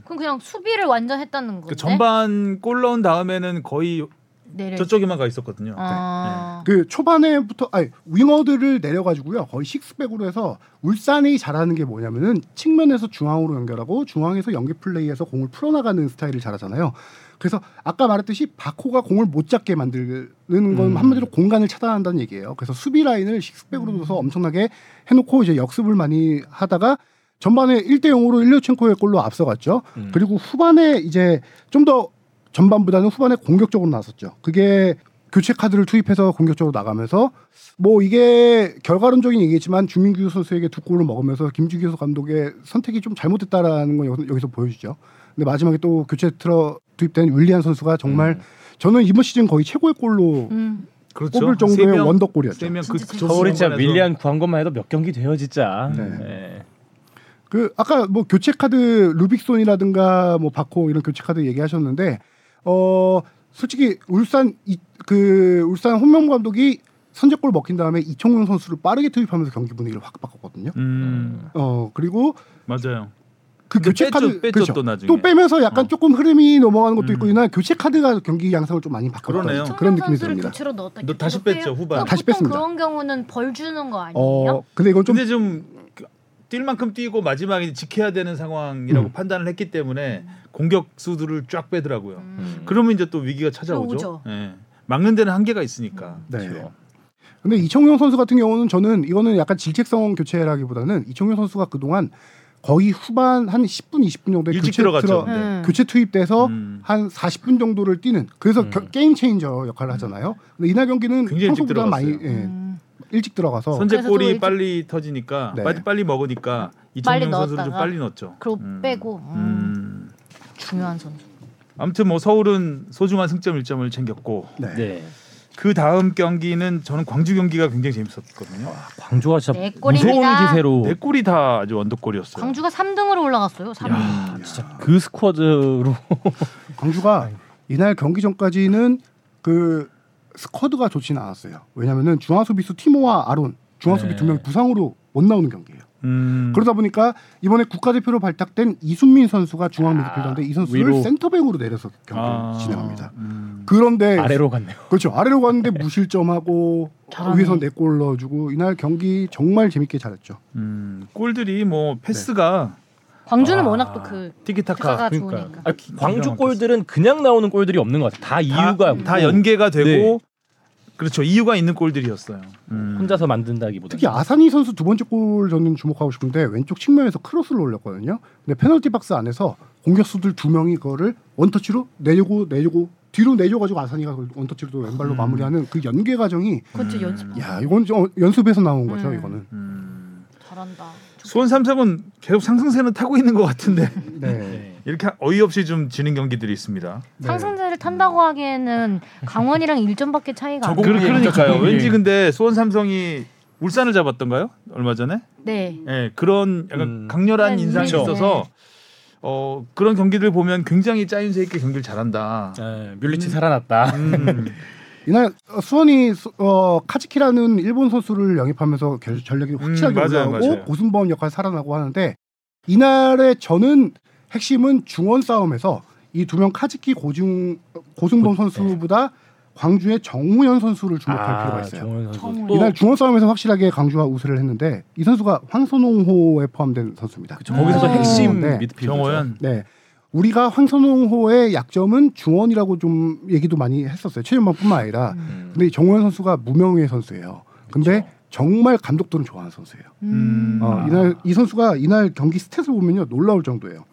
그럼 그냥 수비를 완전 했다는 건데. 그 전반 골 넣은 다음에는 거의 내려. 저쪽에만 가 있었거든요. 네. 아. 그 초반에부터 아니 윙어들을 내려가지고요 거의 식스백으로 해서 울산이 잘하는 게 뭐냐면은 측면에서 중앙으로 연결하고 중앙에서 연기 플레이에서 공을 풀어나가는 스타일을 잘하잖아요. 그래서 아까 말했듯이 바코가 공을 못 잡게 만드는 건 한마디로 공간을 차단한다는 얘기예요. 그래서 수비 라인을 식스백으로 둬서 엄청나게 해놓고 이제 역습을 많이 하다가 전반에 1대 0으로 일류첸코의 골로 앞서갔죠. 음. 그리고 후반에 이제 좀 더 전반보다는 후반에 공격적으로 나섰죠. 그게 교체 카드를 투입해서 공격적으로 나가면서 뭐 이게 결과론적인 얘기지만 주민규 선수에게 두 골을 먹으면서 김주규 감독의 선택이 좀 잘못됐다라는 건 여기서, 여기서 보여주죠. 근데 마지막에 또 교체 틀어 투입된 윌리안 선수가 정말 저는 이번 시즌 거의 최고의 골로 음. 그렇죠. 꼽을 세 정도의 명, 원더골이었죠. 세명그 진짜 그 재밌어요. 서울이 진짜 중간에서 밀리안 구한 것만 해도 몇 경기 돼요 진짜. 네. 네. 그 아까 뭐 교체 카드 루빅손이라든가 뭐 바코 이런 교체 카드 얘기하셨는데 어 솔직히 울산 이, 그 울산 홍명 감독이 선제골 먹힌 다음에 이청용 선수를 빠르게 투입하면서 경기 분위기를 확 바꿨거든요. 음 어 그리고 맞아요. 그 근데 교체 뺐죠, 카드 뺐죠, 그렇죠. 또 그러니까 나중에. 빼면서 약간 어. 조금 흐름이 넘어가는 것도 있고 음. 이날 교체 카드가 경기 양상을 좀 많이 바꿨다 그러네요. 그런 청년 느낌이 선수를 듭니다. 교체로 넣었다. 너 다시 이렇게 뺐죠, 해요? 후반. 그럼 다시 보통 뺐습니다. 그런 경우는 벌 주는 거 아니에요? 어 근데 이건 좀 근데 좀그 뛸 만큼 뛰고 마지막에 지켜야 되는 상황이라고 음. 판단을 했기 때문에 공격수들을 쫙 빼더라고요. 음. 그러면 이제 또 위기가 찾아오죠. 들어오죠. 예. 막는 데는 한계가 있으니까. 네. 그렇죠. 근데 이청용 선수 같은 경우는 저는 이거는 약간 질책성 교체라기보다는 이청용 선수가 그동안 거의 후반 한 10분 20분 정도에 일찍 교체 들어갔죠. 그 들어- 네. 음. 교체 투입돼서 음. 한 40분 정도를 뛰는 그래서 겨- 게임 체인저 역할을 하잖아요. 근데 이날 경기는 음. 굉장히 일찍 평소보다 많이 들어갔어요. 예, 음. 일찍 들어가서 선제골이 그래서 또 빨리 터지니까 네. 빨리, 빨리 먹으니까 빨리 이청용 선수를 좀 넣었다가. 빨리 넣었죠. 그리고 음. 빼고 음. 음. 중요한 선수. 아무튼 뭐 서울은 소중한 승점 1점을 챙겼고 네. 네. 그 다음 경기는 저는 광주 경기가 굉장히 재밌었거든요. 아. 광주가 진짜 네 무서운 골입니다. 기세로 네 골이 다 아주 원더골이었어요. 광주가 3등으로 올라갔어요. 3등. 야, 진짜 그 스쿼드로 아, 광주가 이날 경기 전까지는 그 스쿼드가 좋지는 않았어요. 왜냐면은 중앙 수비수 티모와 아론 중앙 수비 네. 두 명이 부상으로 못 나오는 경기예요. 음. 그러다 보니까 이번에 국가대표로 발탁된 이순민 선수가 중앙 미드필더인데 이 선수를 아, 위로. 센터백으로 내려서 경기를 아. 진행합니다. 음. 그런데 아래로 갔네요. 그렇죠 아래로 갔는데 무실점하고 잘하네. 위에서 네골 넣어주고 이날 경기 정말 재밌게 잘했죠. 음, 골들이 뭐 패스가 네. 광주는 아, 워낙 또그 티키타카 타카가 그러니까. 좋으니까. 아, 광주 골들은 그냥 나오는 골들이 없는 것 같아요. 다 다, 이유가 다 연계가 되고 그렇죠. 이유가 있는 골들이었어요. 네. 음. 혼자서 만든다기보다 특히 아산이 선수 두 번째 골 저는 주목하고 싶은데 왼쪽 측면에서 크로스를 올렸거든요. 근데 페널티 박스 안에서 공격수들 두 명이 그거를 원터치로 내주고 내주고 뒤로 내줘가지고 아산이가 그걸 원터치로 또 음. 왼발로 마무리하는 그 연계 과정이 그것도 연습 야 이건 좀 연습에서 나온 거죠 음. 이거는. 음. 잘한다. 수원 삼성은 계속 상승세는 타고 있는 것 같은데 네. 이렇게 어이없이 좀 지는 경기들이 있습니다. 네. 상승세를 탄다고 하기에는 강원이랑 1점밖에 차이가 안 그- 나요. 공격이 그러니까요. 공격이. 왠지 근데 수원 삼성이 울산을 잡았던가요? 얼마 전에? 네. 예, 그런 약간 음. 강렬한 네, 인상이 그렇죠. 있어서 어, 그런 경기들 보면 굉장히 짜임새 있게 경기를 잘한다. 에, 예, 뮬리치 살아났다. 음. 이날 어, 수원이 수- 어, 카즈키라는 일본 선수를 영입하면서 결- 전력이 음, 확실하게 맞아요, 올라오고 맞아요. 고순범 역할 살아나고 하는데 이날의 저는 핵심은 중원 싸움에서 이 두 명 카즈키 고중 고승범 선수보다 광주의 정우현 선수를 뭐 주목할 필요가 있어요. 아, 정우현 선수. 정우현. 또 아, 이날 중원 싸움에서 확실하게 광주가 우세를 했는데 이 선수가 황선홍호에 포함된 선수입니다. 그쵸, 거기서 아. 아, 어. 핵심 네. 미드필더 정호연 네. 우리가 황선홍호의 약점은 중원이라고 좀 얘기도 많이 했었어요. 최전방뿐만 아니라. 음. 근데 이 정우현 선수가 무명의 선수예요. 그렇죠. 근데 정말 감독들은 좋아하는 선수예요. 음. 어, 아. 이날 이 선수가 이날 경기 스탯을 보면요 놀라울 정도예요.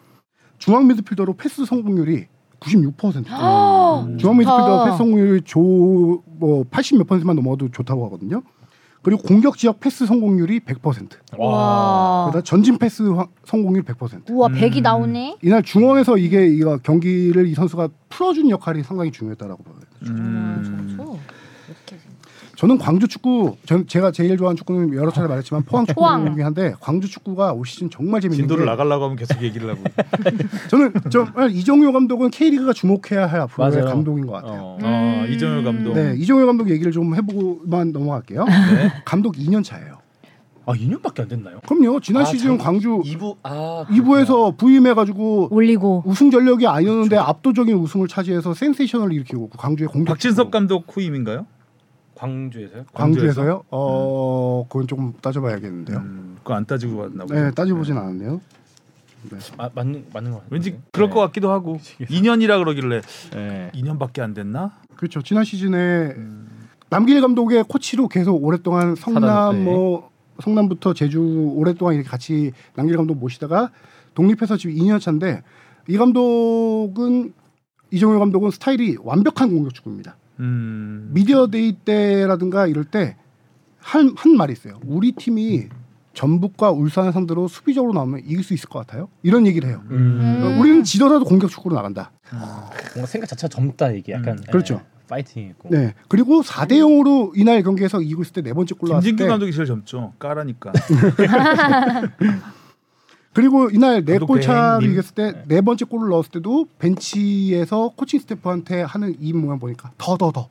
중앙 미드필더로 패스 성공률이 96%. 아, 중앙 미드필더 좋다. 패스 성공률이 조뭐 80 몇 퍼센트만 넘어도 좋다고 하거든요. 그리고 공격 지역 패스 성공률이 100%. 와. 그러다 전진 패스 화- 성공률 100%. 우와 음. 100이 나오네. 이날 중원에서 이게 이거 경기를 이 선수가 풀어준 역할이 상당히 중요했다라고 봐요. 음. 이렇게 저는 광주 축구 전- 제가 제일 좋아하는 축구는 여러 차례 말했지만 포항 포항. 축구이긴 한데 광주 축구가 올 시즌 정말 재밌는 진도를 게 나가려고 하면 계속 얘기를 하고. 저는 좀 아, 이정효 감독은 K리그가 주목해야 할 앞으로의 맞아요. 감독인 것 같아요. 음. 어. 어, 이정효 감독. 네, 이정효 감독 얘기를 좀 해보고만 넘어갈게요. 네. 감독 2년 차예요. 아 2년밖에 안 됐나요? 그럼요. 지난 아, 시즌 참. 광주 2부 아 2부에서 부임해가지고 올리고 우승 전력이 아니었는데 압도적인 우승을 차지해서 센세이션을 일으키고 강주의 공격. 그렇죠. 박진섭 감독 후임인가요? 광주에서요? 광주에서요? 어, 그건 조금 따져봐야겠는데요. 음, 그거 안 따지고 왔나 보죠. 네, 따져보진 않았네요. 네. 아, 맞는 맞는 거 같아요. 왠지 예. 그럴 것 같기도 하고 2년이라 그러길래 네. 2년밖에 안 됐나? 그렇죠. 지난 시즌에 남길 감독의 코치로 계속 오랫동안 사단학대. 성남 뭐 성남부터 제주 오랫동안 이렇게 같이 남길 감독 모시다가 독립해서 지금 2년 차인데 이 감독은 이정효 감독은 스타일이 완벽한 공격 축구입니다. 음. 미디어 데이 때라든가 이럴 때 한 한 말이 있어요. 우리 팀이 전북과 울산을 상대로 수비적으로 나오면 이길 수 있을 것 같아요. 이런 얘기를 해요. 음. 음. 우리는 지더라도 공격 축구로 나간다. 뭔가 생각 자체가 젊다 이게 약간 음, 예, 그렇죠. 파이팅 있고. 네. 그리고 4대 0으로 이날 경기에서 이기고 있을 때 네 번째 골 나왔을 김진규 때 감독이 제일 젊죠. 까라니까. 그리고 이날 네 감독 골 차로 대행님. 이겼을 때 네 번째 골을 넣었을 때도 벤치에서 코칭 스태프한테 하는 이 모양 보니까 더 더 더.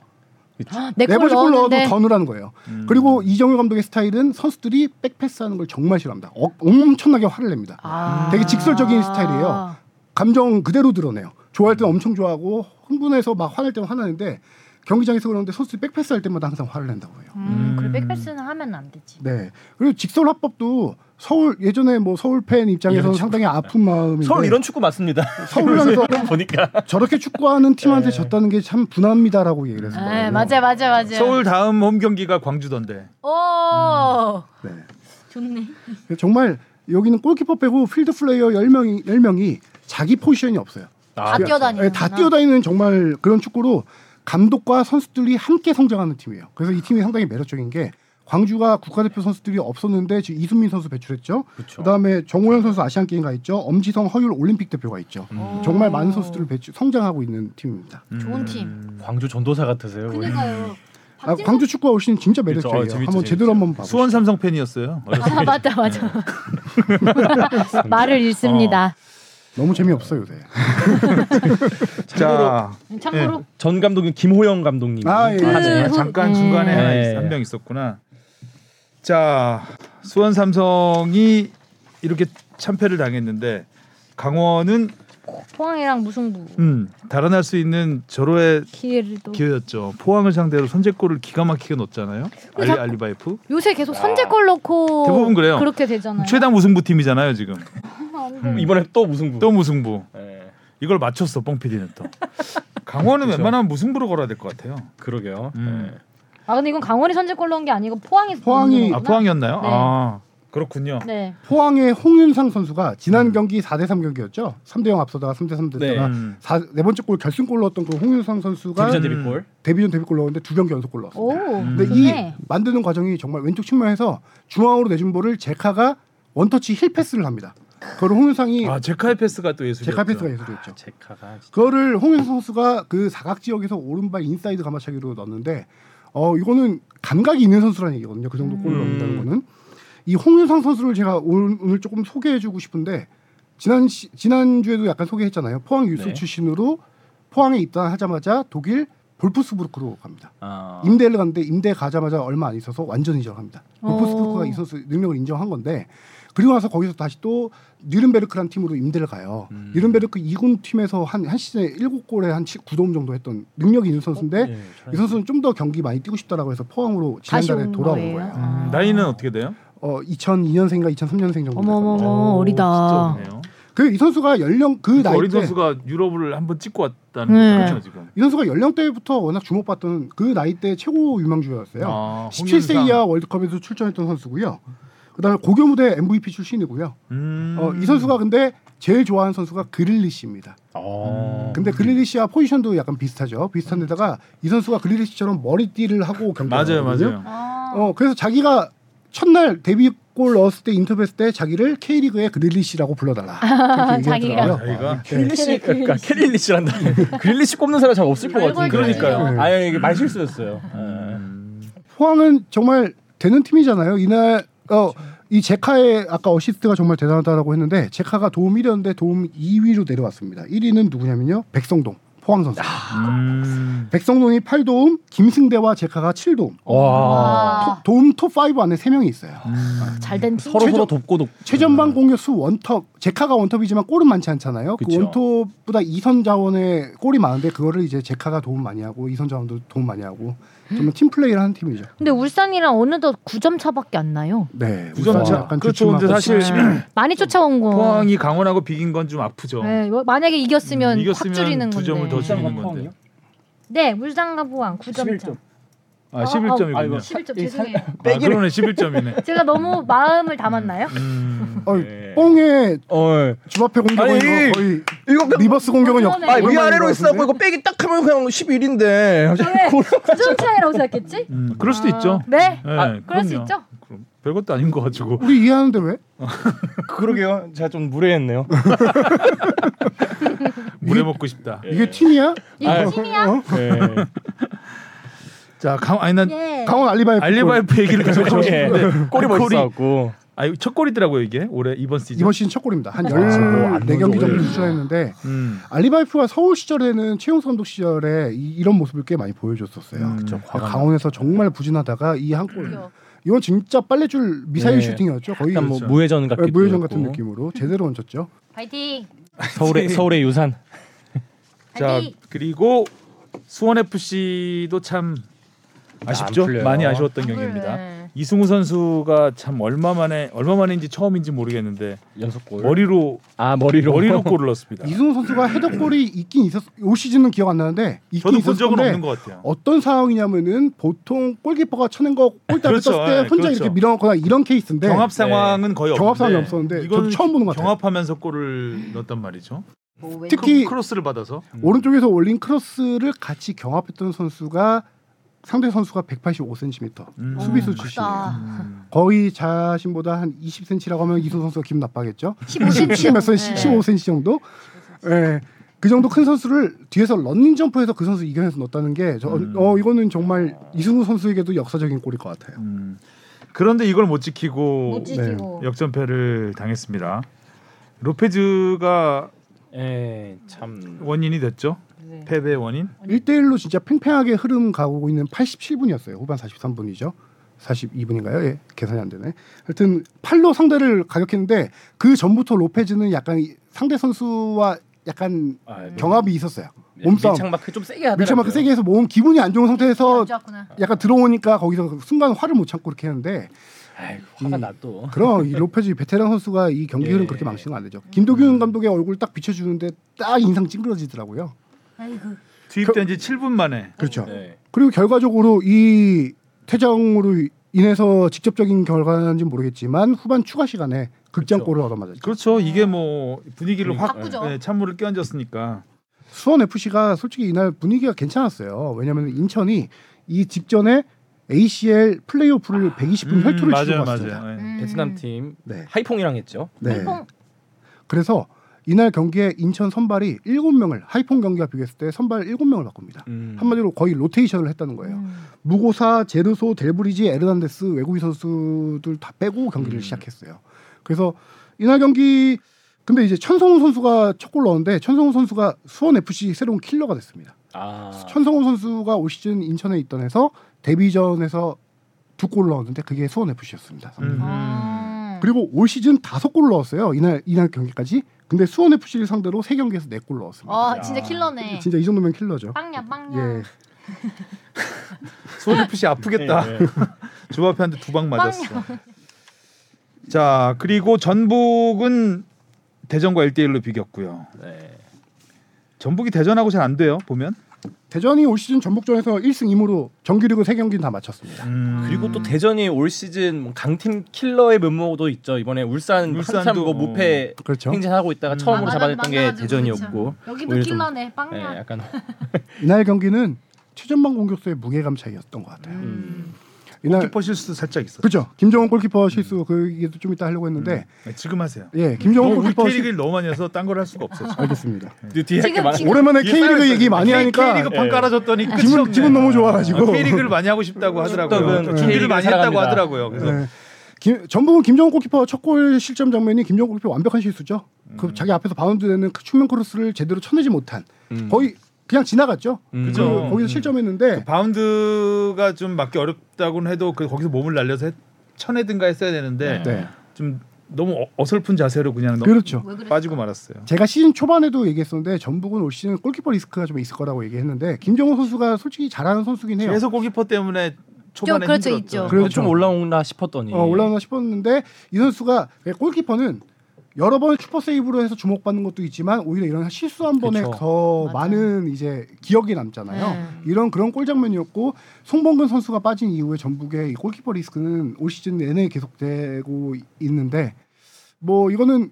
네 내걸 번째 골 넣어도 넣었는데 더 넣으라는 거예요. 음. 그리고 이정효 감독의 스타일은 선수들이 백패스하는 걸 정말 싫어합니다. 어, 엄청나게 화를 냅니다. 아. 되게 직설적인 스타일이에요. 감정 그대로 드러내요. 좋아할 때는 엄청 좋아하고 흥분해서 막 화낼 때는 화나는데 경기장에서 그러는데 선수들이 백패스할 때마다 항상 화를 낸다고 해요. 음, 음. 그리고 백패스는 하면 안 되지. 네. 그리고 직설 화법도 서울 예전에 뭐 서울 팬 입장에서는 상당히 아픈 마음인데 예, 서울 이런 축구 맞습니다. 서울에서 보니까 저렇게 축구하는 팀한테 네. 졌다는 게 참 분합니다라고 얘기를 했어요. 네, 맞아요, 맞아요, 맞아요. 서울 다음 홈 경기가 광주던데. 오, 네. 좋네. 정말 여기는 골키퍼 빼고 필드 플레이어 10명이 10명이 자기 포지션이 없어요. 다 뛰어다니는. 예, 다 뛰어다니는 정말 그런 축구로 감독과 선수들이 함께 성장하는 팀이에요. 그래서 이 팀이 상당히 매력적인 게 광주가 국가대표 선수들이 없었는데 지금 이순민 선수 배출했죠. 그렇죠. 그다음에 정호영 선수 아시안 게임 가 있죠. 엄지성 허율 올림픽 대표가 있죠. 음. 정말 많은 선수들을 배출 성장하고 있는 팀입니다. 좋은 팀. 광주 전도사 같으세요. 그니까요. 아, 광주 축구가 오시는 진짜 그렇죠. 네, 매력적이에요. 어, 재밌죠, 한번 제대로 재밌죠. 한번 봐. 수원 삼성 팬이었어요. 어렸을 때. 아 맞다 맞아. 네. 말을 잃습니다. 너무 재미없어요 요새. 자, 참고로 네. 전 감독인 김호영 음. 감독님. 아, 예. 아, 그 네. 후- 잠깐 네. 중간에 네. 한 명 있었구나. 자, 수원 삼성이 이렇게 참패를 당했는데 강원은 포항이랑 무승부 음, 달아날 수 있는 절호의 기회를 또 기회였죠. 포항을 상대로 선제골을 기가 막히게 넣었잖아요. 알리 자꾸- 음. 알리바이프. 요새 계속 선제골 넣고 대부분 그래요. 그렇게 되잖아요. 최다 무승부 팀이잖아요 지금. 음. 이번에 또 무승부. 또 무승부. 예, 이걸 맞췄어 뻥피디는 또. 강원은 그쵸. 웬만하면 무승부로 걸어야 될 것 같아요. 그러게요. 음. 예. 아 근데 이건 강원이 선제골 넣은 게 아니고 포항에서 포항이- 넣은 아 거구나. 포항이었나요? 네. 아 그렇군요. 네. 포항의 홍윤상 선수가 지난 경기 4대 3 경기였죠. 3대 0 앞서다가 3대 3 음. 네. 됐다가 음. 사- 네 번째 골 결승골 넣었던 그 홍윤상 선수가 디비전 음. 데뷔골. 데뷔전 데뷔골 넣었는데 두 경기 연속골 넣었어요. 오. 음. 근데 좋네. 이 만드는 과정이 정말 왼쪽 측면에서 중앙으로 내준 볼을 제카가 원터치 힐 패스를 합니다. 그걸 홍윤상이 아 제카의 패스가 또 예술이었죠. 제카 패스가 예술이었죠. 제카가 진짜. 그거를 홍윤상 선수가 그 사각 지역에서 오른발 인사이드 감아차기로 넣었는데 어 이거는 감각이 있는 선수라는 얘기거든요. 그 정도 골을 음. 넣는다는 거는 이 홍윤상 선수를 제가 오늘, 오늘 조금 소개해주고 싶은데 지난 시- 지난주에도 약간 소개했잖아요. 포항 유소 네. 출신으로 포항에 입단하자마자 독일 볼프스부르크로 갑니다. 아. 임대를 갔는데 임대 가자마자 얼마 안 있어서 완전 인정합니다. 어. 볼프스부르크가 이 선수 능력을 인정한 건데 그리고 나서 거기서 다시 또 뉴른베르크라는 팀으로 임대를 가요. 음. 뉴른베르크 2군 팀에서 한 한 시즌에 7골에 한 9도움 정도 했던 능력이 있는 어, 선수인데 네, 이 선수는 좀 더 경기 많이 뛰고 싶다라고 해서 포항으로 다시 지난달에 온 돌아온 거예요? 거예요. 음, 나이는 어떻게 돼요? 어 2002년생인가 2003년생 정도. 어머머머. 됐거든요. 어, 오, 어리다. 진짜 어리네요. 그이 선수가 연령 그 그 나이 어린 때 선수가 유럽을 한번 찍고 왔다는 네. 거죠 그렇죠, 지금. 이 선수가 연령대부터 워낙 주목받던 그 나이 때 최고 유망주였어요. 아, 17세 홍윤상. 이하 월드컵에서 출전했던 선수고요. 그다음에 고교 무대 MVP 출신이고요. 음. 어, 이 선수가 근데 제일 좋아하는 선수가 그릴리시입니다. 어. 근데 그릴리시와 포지션도 약간 비슷하죠. 비슷한데다가 이 선수가 그릴리시처럼 머리띠를 하고 경기를 맞아요, 맞아요. 아. 어, 그래서 자기가 첫날 데뷔골 넣었을 때 인터뷰했을 때 자기를 K리그의 그릴리시라고 불러달라. 그렇게 얘기했더라고요. 아, 자기가 그릴리시 그러니까 캐릴리시란다. 그릴리시 꼽는 사람 잘 없을 것 같은데. 그러니까요. 아 이게 말실수였어요. 예. 음. 포항은 정말 되는 팀이잖아요. 이날 어, 이 제카의 아까 어시스트가 정말 대단하다라고 했는데 제카가 도움 1위였는데 도움 2위로 내려왔습니다. 1위는 누구냐면요. 백성동 포항 선수. 아. 아, 음. 백성동이 8도움, 김승대와 제카가 7도움. 와. 아. 도움 톱5 안에 3명이 있어요. 음. 잘된 팀. 서로 최저- 서로 돕고 돕. 최전방 공격수 원톱, 제카가 원톱이지만 골은 많지 않잖아요. 그 그쵸. 원톱보다 이선 자원의 골이 많은데 그거를 이제 제카가 도움 많이 하고 이선 자원도 도움 많이 하고 정말 팀 플레이를 하는 팀이죠. 근데 울산이랑 어느덧 9점 차밖에 안 나요. 음. 네, 구점 울산이 차. 약간 그렇죠. 근데 주춤하고 네. 사실 많이 쫓아온 거. 포항이 강원하고 비긴 건 좀 아프죠. 어. 네, 뭐 만약에 이겼으면, 음, 이겼으면 확 줄이는 두 점을 건데. 더 줄이는 건데. 네, 울산과 포항 9점 차. 아 아, 이거 11점이군요. 11점 이 살- 죄송해요. 아, 그러네 11점이네. 제가 너무 마음을 담았나요? 음. 어이, 네. 뽕의 어. 주 앞에 공격은 아니, 이거 거의 이거 그 리버스 공격은 역. 아, 아, 오랜만인 위아래로 것 있어갖고 같은데? 이거 빼기 딱 하면 그냥 11인데 네. 9점 차이라고 생각했지? 음, 그럴 수도 아, 있죠. 네. 네, 아, 그럴 수 그럼요. 있죠. 그럼 별것도 아닌 거 가지고. 우리 이해하는데 왜? 그러게요 제가 좀 무례했네요 물에 먹고 싶다. 이게 팀이야? 아, 예, 이거 팀이야. 어? 네. 자, 강 아니 난 예. 강원 알리바이. 알리바이프 얘기를 계속 하고 예. 싶은데 골이 멋있어갖고 아, 첫 골이더라고요, 이게. 올해 이번 시즌. 이번 시즌 첫 골입니다. 아, 한 안 14경기 정도 넣어줘요. 출전했는데 음. 알리바이프가 서울 시절에는 최용수 감독 시절에 이, 런 모습을 꽤 많이 보여줬었어요. 음, 그쵸. 과감. 강원에서 정말 부진하다가 이 한 골. 이건 진짜 빨래줄 미사일 네. 슈팅이었죠. 거의 약간 뭐 그렇죠. 무회전 같기도 예, 무회전 했고. 같은 느낌으로 제대로 얹혔죠. 파이팅. 서울의 서울의 유산 자, 파이팅. 그리고 수원 FC도 참 아쉽죠. 안 풀려요. 많이 아쉬웠던 경기입니다. 네. 이승우 선수가 참 얼마만에 얼마만인지 처음인지 모르겠는데 연속골 머리로 아 머리로 머리로 골을 넣었습니다. 이승우 선수가 헤더골이 있긴 있었. 올 시즌은 기억 안 나는데 있긴 저도 본 적은 있었는데 없는 것 같아요. 어떤 상황이냐면은 보통 골키퍼가 쳐낸 거 골대 앞에 그렇죠. 떴을 때 예, 혼자 그렇죠. 이렇게 밀어넣거나 이런 케이스인데 경합 상황은 거의 없는데 네. 경합 상황이 없었는데 저도 처음 보는 것 같아요. 경합하면서 골을 넣었단 말이죠. 그 뭐 왼쪽 특히 음. 크로, 스를 받아서 오른쪽에서 올린 크로스를 같이 경합했던 선수가 상대 선수가 185cm 음. 수비수 음, 출신이에요. 크다. 음. 거의 자신보다 한 20cm라고 하면 이승 선수가 기분 나빠겠죠. 15cm. 몇 cm, 네. 15cm 정도. 예. 그 정도 큰 선수를 뒤에서 런닝 점프해서 그 선수 이겨내서 넣었다는 게, 저, 음. 어 이거는 정말 이승우 선수에게도 역사적인 골일 것 같아요. 음. 그런데 이걸 못 지키고 네. 못 지키고. 역전패를 당했습니다. 로페즈가 예, 에참 원인이 됐죠. 네. 패배 원인. 1대1로 진짜 팽팽하게 흐름 가고 있는 87분이었어요. 후반 43분이죠. 42분인가요? 예, 계산이 안 되네. 하여튼 팔로 상대를 가격했는데 그 전부터 로페즈는 약간 이- 상대 선수와 약간 경합이 있었어요. 몸싸움. 아, 네. 밀착마크 좀 세게 하더라고요 밀착마크 세게 해서 몸 기분이 안 좋은 상태에서 안 좋았구나. 약간 들어오니까 거기서 그 순간 화를 못 참고 이렇게 했는데 아이고, 화가 나또 그럼 이 로페즈 베테랑 선수가 이 경기 흐름 예. 음. 그렇게 망치는 거 안 되죠. 김도균 감독의 얼굴 딱 비춰주는데 딱 인상 찡그러지더라고요. 아이고. 투입된 지 7분 만에 그렇죠. 네. 그리고 결과적으로 이 퇴장으로 인해서 직접적인 결과인지는 모르겠지만 후반 추가 시간에 극장골을 얻어맞았죠. 그렇죠. 이게 뭐 분위기를 확 바꾸죠. 예, 찬물을 끼얹었으니까. 수원 FC가 솔직히 이날 분위기가 괜찮았어요. 왜냐하면 인천이 이 직전에 ACL 플레이오프를 120분 음, 혈투를 치고 맞아요, 왔습니다. 맞아요. 예. 음. 베트남 팀 네. 하이퐁이랑 했죠. 네. 홍콩. 그래서 이날 경기에 인천 선발이 7명을 하이퐁 경기와 비교했을 때 선발 7명을 바꿉니다. 음. 한마디로 거의 로테이션을 했다는 거예요. 음. 무고사, 제르소, 델브리지, 에르난데스 외국인 선수들 다 빼고 경기를 음. 시작했어요. 그래서 이날 경기 근데 이제 천성훈 선수가 첫 골 넣었는데 천성훈 선수가 수원 FC 새로운 킬러가 됐습니다. 아. 천성훈 선수가 올 시즌 인천에 있던 해서 데뷔전에서 두 골 넣었는데 그게 수원 FC였습니다. 음. 아. 그리고 올 시즌 다섯 골 넣었어요. 이날 이날 경기까지. 근데 수원 FC를 상대로 세 경기에서 네 골 넣었습니다. 아 진짜 킬러네. 아, 진짜 이 정도면 킬러죠. 빵야 빵야. 예. 수원 FC 아프겠다. 네, 조합한테 두 방 맞았어. 자 그리고 전북은 대전과 1대1로 비겼고요. 네. 전북이 대전하고 잘 안 돼요 보면. 대전이 올 시즌 전북전에서 1승 2무로 정규리그 세 경기는 다 마쳤습니다. 음. 그리고 또 대전이 올 시즌 뭐 강팀 킬러의 면모도 있죠. 이번에 울산 울산도, 울산도 어. 무패 그렇죠. 행진하고 있다가 음. 처음으로 아, 잡아냈던 맞아, 맞아, 게 맞아. 대전이었고 그렇죠. 여기도 오히려 좀- 킬러네 예, 빵야. 약간 이날 경기는 최전방 공격수의 무게감 차이였던 것 같아요. 음. 이날 키퍼 실수도 살짝 있어. 그렇죠. 김정은 골키퍼 실수 그 얘기도 좀 이따 하려고 했는데 네, 지금 하세요. 예, 김정은 너무 음. 뭐 우리 골키퍼 실... 그 K리그를 예, 너무 많이 해서 딴 걸 할 수가 없어. 지금. 알겠습니다. 뒤에 할게 지금, 많아. 지금. 오랜만에 뒤에 K리그 쌓여있어요. 예, 얘기 많이 K- 하니까 K리그 판 깔아줬더니 끝이 기분 없네. 기분 너무 좋아가지고 아, K리그를 많이 하고 싶다고 하더라고요. 축덕은 준비를 K리그를 많이 했다고 사랑합니다. 하더라고요. 그래서 네. 김, 전북은 김정은 골키퍼 첫 골 실점 장면이 김정은 골키퍼 완벽한 실수죠. 음. 그 자기 앞에서 바운드되는 그 측면 크로스를 제대로 쳐내지 못한 음. 거의 그냥 지나갔죠. 음. 그죠. 그리고 거기서 실점했는데 바운드가 좀 맞기 어렵다고는 해도 그 거기서 몸을 날려서 했- 쳐내든가 했어야 되는데 네. 좀 너무 어- 어설픈 자세로 그냥 너무 그렇죠. 왜 그래? 빠지고 말았어요. 제가 시즌 초반에도 얘기했었는데 전북은 올 시즌 골키퍼 리스크가 좀 있을 거라고 얘기했는데 김정은 선수가 솔직히 잘하는 선수긴 해요. 계속 골키퍼 때문에 초반에 그렇죠, 힘들었죠. 있죠. 그래서 좀 올라오나 예. 싶었더니 어, 올라오나 싶었는데 이 선수가 골키퍼는 여러 번 슈퍼 세이브로 해서 주목받는 것도 있지만 오히려 이런 실수 한 번에 그쵸. 더 맞아요. 많은 이제 기억이 남잖아요. 네. 이런 그런 골 장면이었고 송범근 선수가 빠진 이후에 전북의 이 골키퍼 리스크는 올 시즌 내내 계속되고 있는데 뭐 이거는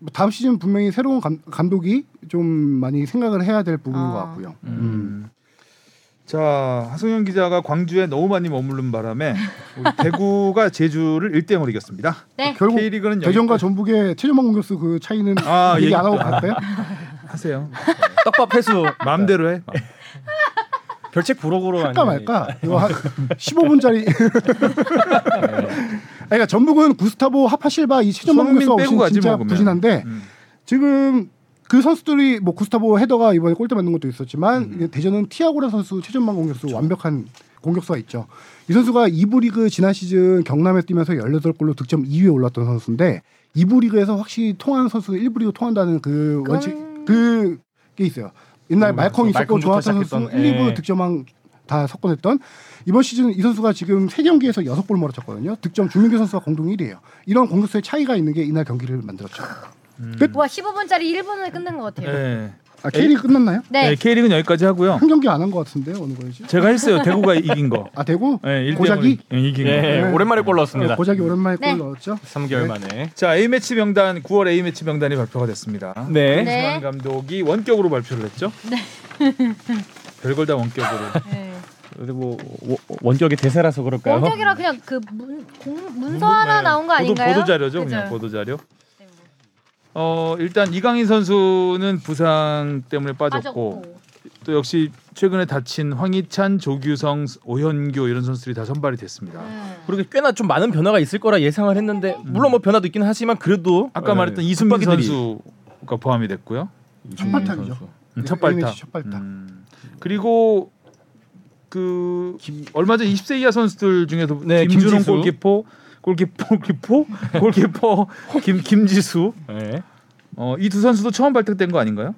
뭐 다음 시즌 분명히 새로운 감, 독이좀 많이 생각을 해야 될 부분인 것 아. 같고요. 음. 자 하성현 기자가 광주에 너무 많이 머무른 바람에 우리 대구가 제주를 1대 0으로 이겼습니다. 네. 결국 K리그는 대전과 전북의 최전방 공격수 그 차이는 아, 얘기 얘기 안 하고 또- 갈까요? 하세요. 떡밥 회수 마음대로 해. 네. 별책 네, 부록으로 할까 말까 이거 한 15분짜리. 그러니까 전북은 구스타보 하파실바 이 최전방 손흥민 공격수가 빼고 가지 없이 뭐, 진짜 먹으면. 부진한데 음. 지금 그 선수들이 뭐 구스타보 헤더가 이번에 골대 맞는 것도 음. 있었지만 이제 대전은 티아고라 선수 최전방 공격수 그렇죠. 완벽한 공격수가 있죠. 이 선수가 2부 리그 지난 시즌 경남에 뛰면서 18골로 득점 2위에 올랐던 선수인데 2부 리그에서 확실히 통하는 선수는 1부 리그 통한다는 그 원칙 그게 있어요. 옛날 음, 말콩 있었고 말콩부터 조합선 선수 시작했던, 1, 2부 예. 득점왕 다 석권했던 이번 시즌 이 선수가 지금 세경기에서 6골 몰아쳤거든요. 득점 주민규 선수가 공동 1위예요. 이런 공격수의 차이가 있는 게 이날 경기를 만들었죠. 와 뭐, 15분짜리 1분을 끝낸 것 같아요. 네. 아, K리그 끝났나요? 네. 네, K리그는 여기까지 하고요. 한 경기 안 한 것 같은데 어느 거지? 제가 했어요. 대구가 이긴 거. 아 대구? 네, 1대 고작이? 이긴 거. 네. 예, 오랜만에 골 어, 넣었습니다. 고작이 오랜만에 네. 골 넣었죠. 3개월 만에. 자 A 매치 명단 9월 A 매치 명단이 발표가 됐습니다. 네. 네. 이승환 감독이 원격으로 발표를 했죠. 네. 별걸 다 원격으로. 네. 그래도 뭐 원- 원격이 대세라서 그럴까요? 원격이라 그냥 그 문 문서 하나 나온 거 보도, 아닌가요? 보도 자료죠, 그죠? 네, 뭐. 그냥 보도 자료. 어 일단 이강인 선수는 부상 때문에 빠졌고 빠졌고. 또 역시 최근에 다친 황희찬, 조규성, 오현규 이런 선수들이 다 선발이 됐습니다. 음. 그리고 꽤나 좀 많은 변화가 있을 거라 예상을 했는데 물론 뭐 변화도 있긴 하지만 그래도 아까 예, 말했던 이순민 붙박이들이 선수가 포함이 됐고요. 첫 발탁이죠. 음, 첫 A-매치 발탁. 첫 발탁. 음. 그리고 그 얼마 전 20세 이하 선수들 중에서 네, 김준홍 김지수. 골키퍼, 골키퍼, 골키퍼, 골키퍼 김 김지수 예. 어, 이 두 선수도 처음 발탁된 거 아닌가요?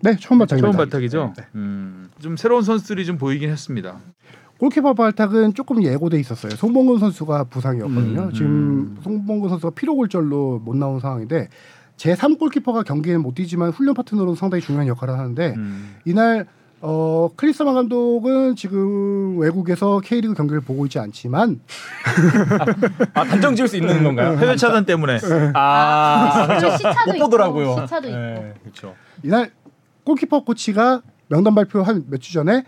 네 처음 발탁입니다. 처음 발탁이죠. 네. 음, 좀 새로운 선수들이 좀 보이긴 했습니다. 골키퍼 발탁은 조금 예고돼 있었어요. 송봉근 선수가 부상이었거든요. 음, 지금 음. 송봉근 선수가 피로골절로 못 나온 상황인데 제3 골키퍼가 경기에는 못 뛰지만 훈련 파트너로는 상당히 중요한 역할을 하는데 음. 이날 어, 크리스만 감독은 지금 외국에서 K리그 경기를 보고 있지 않지만 아 단정 지을 수 있는 네. 건가요? 해외 차단 때문에 아 그렇죠. 시차도 못 보더라고요. 있고, 시차도 네, 그렇죠. 이날 골키퍼 코치가 명단 발표 한 몇 주 전에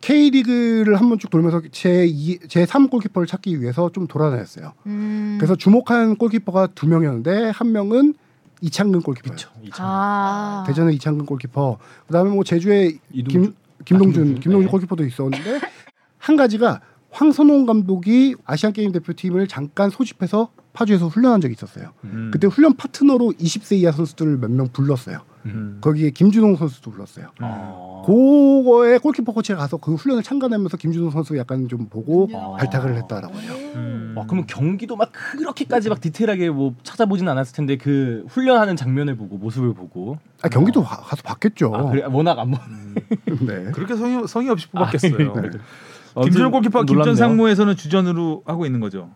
K리그를 한 번 쭉 돌면서 제제3 골키퍼를 찾기 위해서 좀 돌아다녔어요. 음. 그래서 주목한 골키퍼가 두 명이었는데 한 명은 이창근 골키퍼예요. 그렇죠. 이천. 아. 대전의 이창근 골키퍼. 그다음에 뭐 제주의 김, 김동준, 김동준. 김동준 네. 골키퍼도 있었는데 한 가지가 황선홍 감독이 아시안 게임 대표팀을 잠깐 소집해서 파주에서 훈련한 적이 있었어요. 음. 그때 훈련 파트너로 20세 이하 선수들을 몇 명 불렀어요. 음. 거기에 김준홍 선수도 불렀어요. 아. 그거에 골키퍼 코치가 가서 그 훈련을 참관하면서 김준호 선수 약간 좀 보고 아. 발탁을 했다라고 해요. 음. 와, 그러면 경기도 막 그렇게까지 막 디테일하게 뭐 찾아보진 않았을 텐데 그 훈련하는 장면을 보고 모습을 보고 아 경기도 가- 가서 봤겠죠. 아, 그래, 워낙 안 보. 네. 그렇게 성의 성의 없이 뽑았겠어요. 그 네. 김준호 골키퍼 놀랍네요. 김전상무에서는 주전으로 하고 있는 거죠.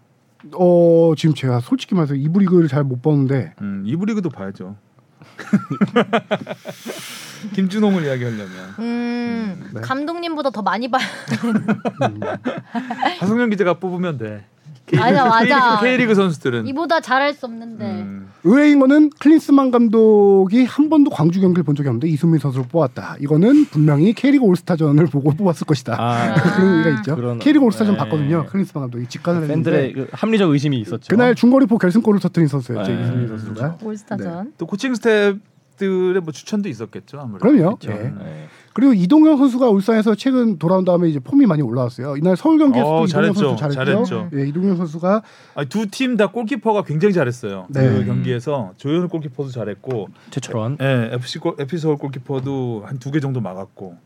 어 지금 제가 솔직히 말해서 이부 리그를 잘 못 보는데 음, 이브리그도 봐야죠. 김준홍을 이야기하려면 음. 네. 감독님보다 더 많이 봐요. 음, 하성룡 기자가 뽑으면 돼. 맞아 맞아. K리그 선수들은 이보다 잘할 수 없는데. 음, 의외인 거는 클린스만 감독이 한 번도 광주 경기를 본 적이 없는데 이순민 선수를 뽑았다. 이거는 분명히 K리그 올스타전을 보고 뽑았을 것이다. 아, 그런 의미가 있죠. 그런- K리그 올스타전 네. 봤거든요. 클린스만 감독이 직관을 팬들의 했는데 그 합리적 의심이 있었죠. 그날 중거리포 결승골을 터뜨린 선수였죠. 네. 이순민 선수가. 올스타전. 또 코칭 스태프들의 뭐 추천도 있었겠죠 아무래도. 그럼요. 그쵸? 네. 네. 그리고 이동현 선수가 울산에서 최근 돌아온 다음에 이제 폼이 많이 올라왔어요. 이날 서울 경기에서도 어, 이동현 잘했죠. 선수 잘했죠. 잘했죠. 예, 이동현 선수가 아니, 두팀 다 골키퍼가 굉장히 잘했어요. 네. 그 경기에서 조현우 골키퍼도 잘했고, 최철원. 예, FC 골 FC 서울 골키퍼도 한 두 개 정도 막았고.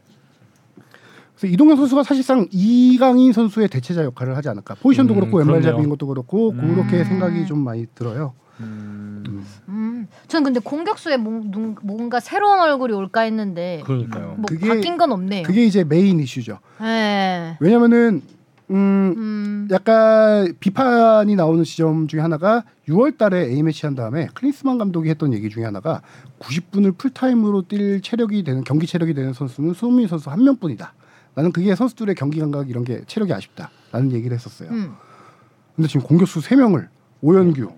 그래서 이동현 선수가 사실상 이강인 선수의 대체자 역할을 하지 않을까. 포지션도 음, 그렇고 왼발 그렇네요. 잡인 것도 그렇고 음. 그렇게 생각이 좀 많이 들어요. 음, 음. 저는 근데 공격수에 뭐- 눈- 뭔가 새로운 얼굴이 올까 네. 했는데 그러니까요. 뭐 그게- 바뀐 건 없네요. 그게 이제 메인 이슈죠. 예. 왜냐면은 음, 음. 약간 비판이 나오는 지점 중에 하나가 6월 달에 A매치 한 다음에 클린스만 감독이 했던 얘기 중에 하나가 90분을 풀타임으로 뛸 체력이 되는 경기 체력이 되는 선수는 손흥민 선수 한 명뿐이다. 나는 그게 선수들의 경기 감각 이런 게 체력이 아쉽다. 라는 얘기를 했었어요. 음. 근데 지금 공격수 3명을 오연규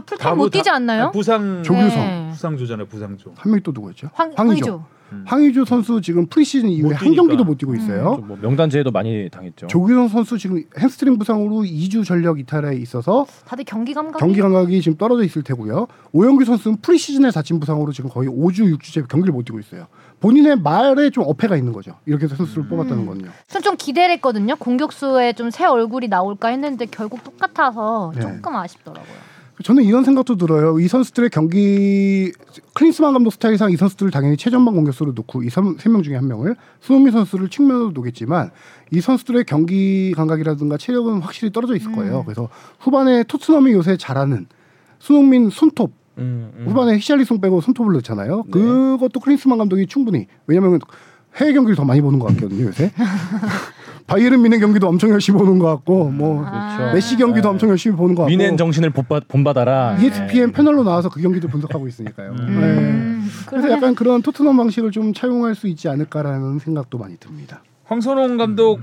다풀타임 못 뭐 다- 뛰지 않나요? 부상 조규성. 부상조잖아요 부상조. 한 명이 또 누구였죠? 네. 황, 아, 황의조. 황희조. 음. 황의조 선수 지금 프리시즌 이후에 못 한 뛰니까. 음, 경기도 못 뛰고 있어요. 좀뭐 명단 제외도 많이 당했죠. 조규성 선수 지금 햄스트링 부상으로 2주 전력 이탈에 있어서 다들 경기 감각이 경기 감각이 지금 떨어져 있을 테고요. 오영규 선수는 프리시즌에 다친 부상으로 지금 거의 5주 6주째 경기를 못 뛰고 있어요. 본인의 말에 좀 어폐가 있는 거죠. 이렇게 해서 선수를 음. 뽑았다는 건요. 저는 좀 기대를 했거든요. 공격수에 좀 새 얼굴이 나올까 했는데 결국 똑같아서 네. 조금 아쉽더라고요. 저는 이런 생각도 들어요. 이 선수들의 경기 클린스만 감독 스타일상 이 선수들을 당연히 최전방 공격수로 놓고 이세명 중에 한 명을 손흥민 선수를 측면으로 놓겠지만 이 선수들의 경기 감각이라든가 체력은 확실히 떨어져 음. 있을 거예요. 그래서 후반에 토트넘이 요새 잘하는 손흥민 손톱 음, 음. 후반에 히샬리송 빼고 손톱을 넣잖아요. 네. 그것도 클린스만 감독이 충분히 왜냐하면 해외 경기를 더 많이 보는 것 같거든요 요새. 바이에른 미넨 경기도 엄청 열심히 보는 것 같고 뭐 아. 메시 경기도 음, 네. 엄청 열심히 보는 것 같고. 미넨 정신을 본받, 음. 본받아라. ESPN 패널로 나와서 그 경기도 분석하고 있으니까요. 네. 음. 그래서 약간 그런 토트넘 방식을 좀 차용할 수 있지 않을까라는 생각도 많이 듭니다. 황선홍 감독을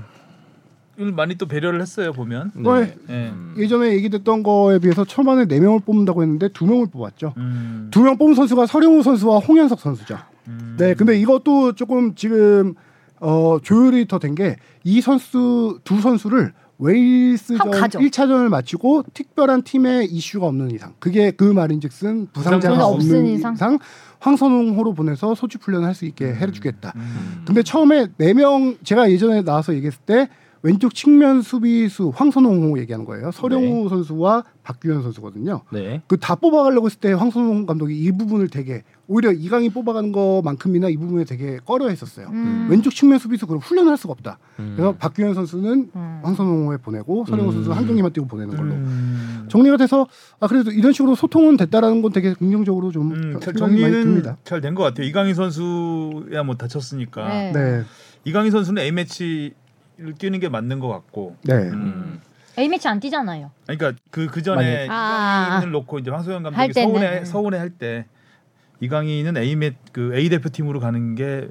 많이 또 배려를 했어요 보면. 네. 왜? 예. 뭐, 예전에 얘기됐던 거에 비해서 초반에 네 명을 뽑는다고 했는데 두 명을 뽑았죠. 음, 두 명 뽑은 선수가 서령우 선수와 홍현석 선수죠. 음. 네, 근데 이것도 조금 지금 어, 조율이 더 된 게 이 선수 두 선수를 웨일스전 하고 가죠. 1차전을 마치고 특별한 팀의 이슈가 없는 이상 그게 그 말인즉슨 부상자가 부상자가 없는 없는 이상, 이상? 황선홍호로 보내서 소집 훈련을 할 수 있게 해주겠다. 음. 근데 처음에 네 명 제가 예전에 나와서 얘기했을 때 왼쪽 측면 수비수 황선홍호 얘기하는 거예요. 네. 서령우 선수와 박규현 선수거든요. 네. 그 다 뽑아가려고 했을 때 황선홍 감독이 이 부분을 되게 오히려 이강인 뽑아가는 것만큼이나 이 부분에 되게 꺼려했었어요. 음. 왼쪽 측면 수비수 그럼 훈련을 할 수가 없다. 음. 그래서 박규현 선수는 음. 황선홍에 보내고 서령호 음. 선수 한 경기만 뛰고 보내는 걸로 음. 정리가 돼서 아 그래도 이런 식으로 소통은 됐다라는 건 되게 긍정적으로 좀 음, 잘 생각이 많이 정리는 듭니다. 잘 된 것 같아요. 이강인 선수야 뭐 다쳤으니까 네. 네, 이강인 선수는 A 매치를 뛰는 게 맞는 것 같고. 네. 음. A 매치 안 뛰잖아요. 아니, 그러니까 그 그 전에 아, 아, 아. 이강인을 놓고 이제 황소영 할 감독이 때는. 서울에 음. 음. 서울에 할 때 이강인은 A 매 그 A 대표팀으로 가는 게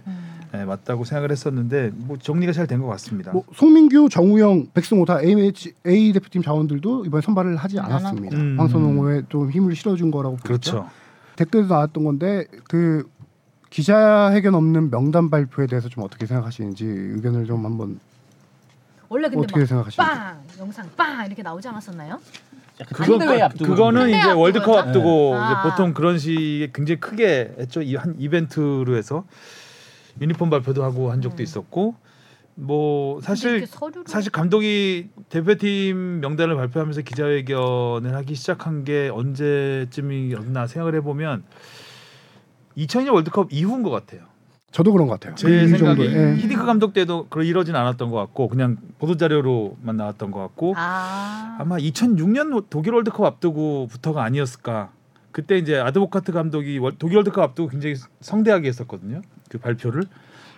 예, 맞다고 생각을 했었는데 뭐 정리가 잘 된 것 같습니다. 뭐 송민규, 정우영, 백승호 다 AMH, A 대표팀 자원들도 이번에 선발을 하지 않았습니다. 음. 황선홍에 좀 힘을 실어준 거라고 보죠. 그렇죠. 댓글도 나왔던 건데 그 기자회견 없는 명단 발표에 대해서 좀 어떻게 생각하시는지 의견을 좀 한번 원래 근데 어떻게 막 생각하시는지. 빵! 아, 영상 빵! 이렇게 나오지 않았었나요? 그거- 큰 대회 앞두고 그거는 큰 이제 대회 월드컵 앞두고요? 앞두고 네. 이제 아. 보통 그런 식의 굉장히 크게 했죠. 이 한 이벤트로 해서 유니폼 발표도 하고 한 적도 있었고 뭐 사실 음. 이렇게 서류로 사실 감독이 대표팀 명단을 발표하면서 기자회견을 하기 시작한 게 언제쯤이었나 생각을 해보면 2002년 월드컵 이후인 것 같아요. 저도 그런 것 같아요. 제 이 생각에 정도에. 예. 히딩크 감독 때도 그러 이러진 않았던 것 같고 그냥 보도 자료로만 나왔던 것 같고 아 아마 2006년 독일 월드컵 앞두고부터가 아니었을까. 그때 이제 아드보카트 감독이 월- 독일 월드컵 앞두고 굉장히 성대하게 했었거든요. 그 발표를.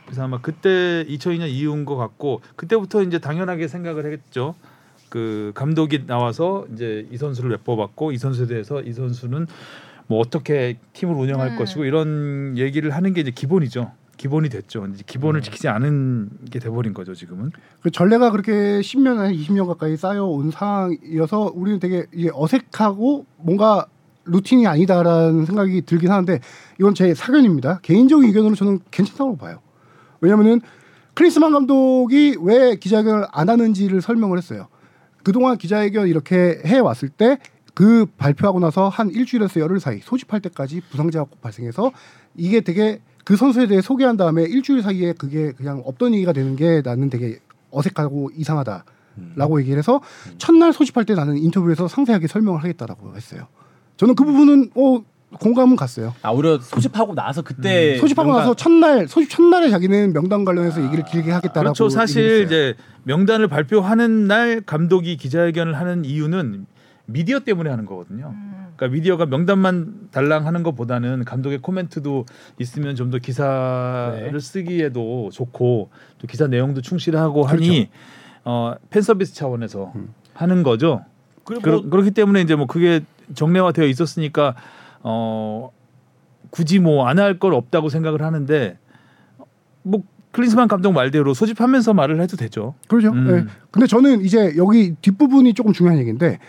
그래서 아마 그때 2002년 이후인 것 같고 그때부터 이제 당연하게 생각을 했죠. 그 감독이 나와서 이제 이 선수를 왜 뽑았고 이 선수에 대해서 이 선수는 뭐 어떻게 팀을 운영할 음. 것이고 이런 얘기를 하는 게 이제 기본이죠. 기본이 됐죠. 이제 기본을 지키지 않은 게 돼버린 거죠 지금은. 그 전례가 그렇게 10년 아니 20년 가까이 쌓여온 상황이어서 우리는 되게 이게 어색하고 뭔가 루틴이 아니다라는 생각이 들긴 하는데 이건 제 사견입니다. 개인적인 의견으로 저는 괜찮다고 봐요. 왜냐면은 크리스만 감독이 왜 기자회견을 안 하는지를 설명을 했어요. 그동안 기자회견 이렇게 해 왔을 때 그 발표하고 나서 한 일주일에서 열흘 사이 소집할 때까지 부상자가 꼭 발생해서 이게 되게 그 선수에 대해 소개한 다음에 일주일 사이에 그게 그냥 없던 얘기가 되는 게 나는 되게 어색하고 이상하다라고 음. 얘기를 해서 첫날 소집할 때 나는 인터뷰에서 상세하게 설명을 하겠다라고 했어요. 저는 그 부분은 어 공감은 갔어요. 아 오히려 소집하고 나서 네, 그때 음. 소집하고 뭔가- 나서 첫날 소집 첫날에 자기는 명단 관련해서 얘기를 길게 하겠다라고 아, 그렇죠. 사실 얘기했어요. 이제 명단을 발표하는 날 감독이 기자회견을 하는 이유는 미디어 때문에 하는 거거든요. 그러니까 미디어가 명단만 달랑 하는 것보다는 감독의 코멘트도 있으면 좀 더 기사를 네. 쓰기에도 좋고 또 기사 내용도 충실하고 그렇죠. 하니 어, 팬 서비스 차원에서 음. 하는 거죠. 그리고 그렇 기 때문에 이제 뭐 그게 정례화되어 있었으니까 어 굳이 뭐 안 할 걸 없다고 생각을 하는데 뭐 클린스만 감독 말대로 소집하면서 말을 해도 되죠. 그렇죠. 음. 예. 근데 저는 이제 여기 뒷부분이 조금 중요한 얘기인데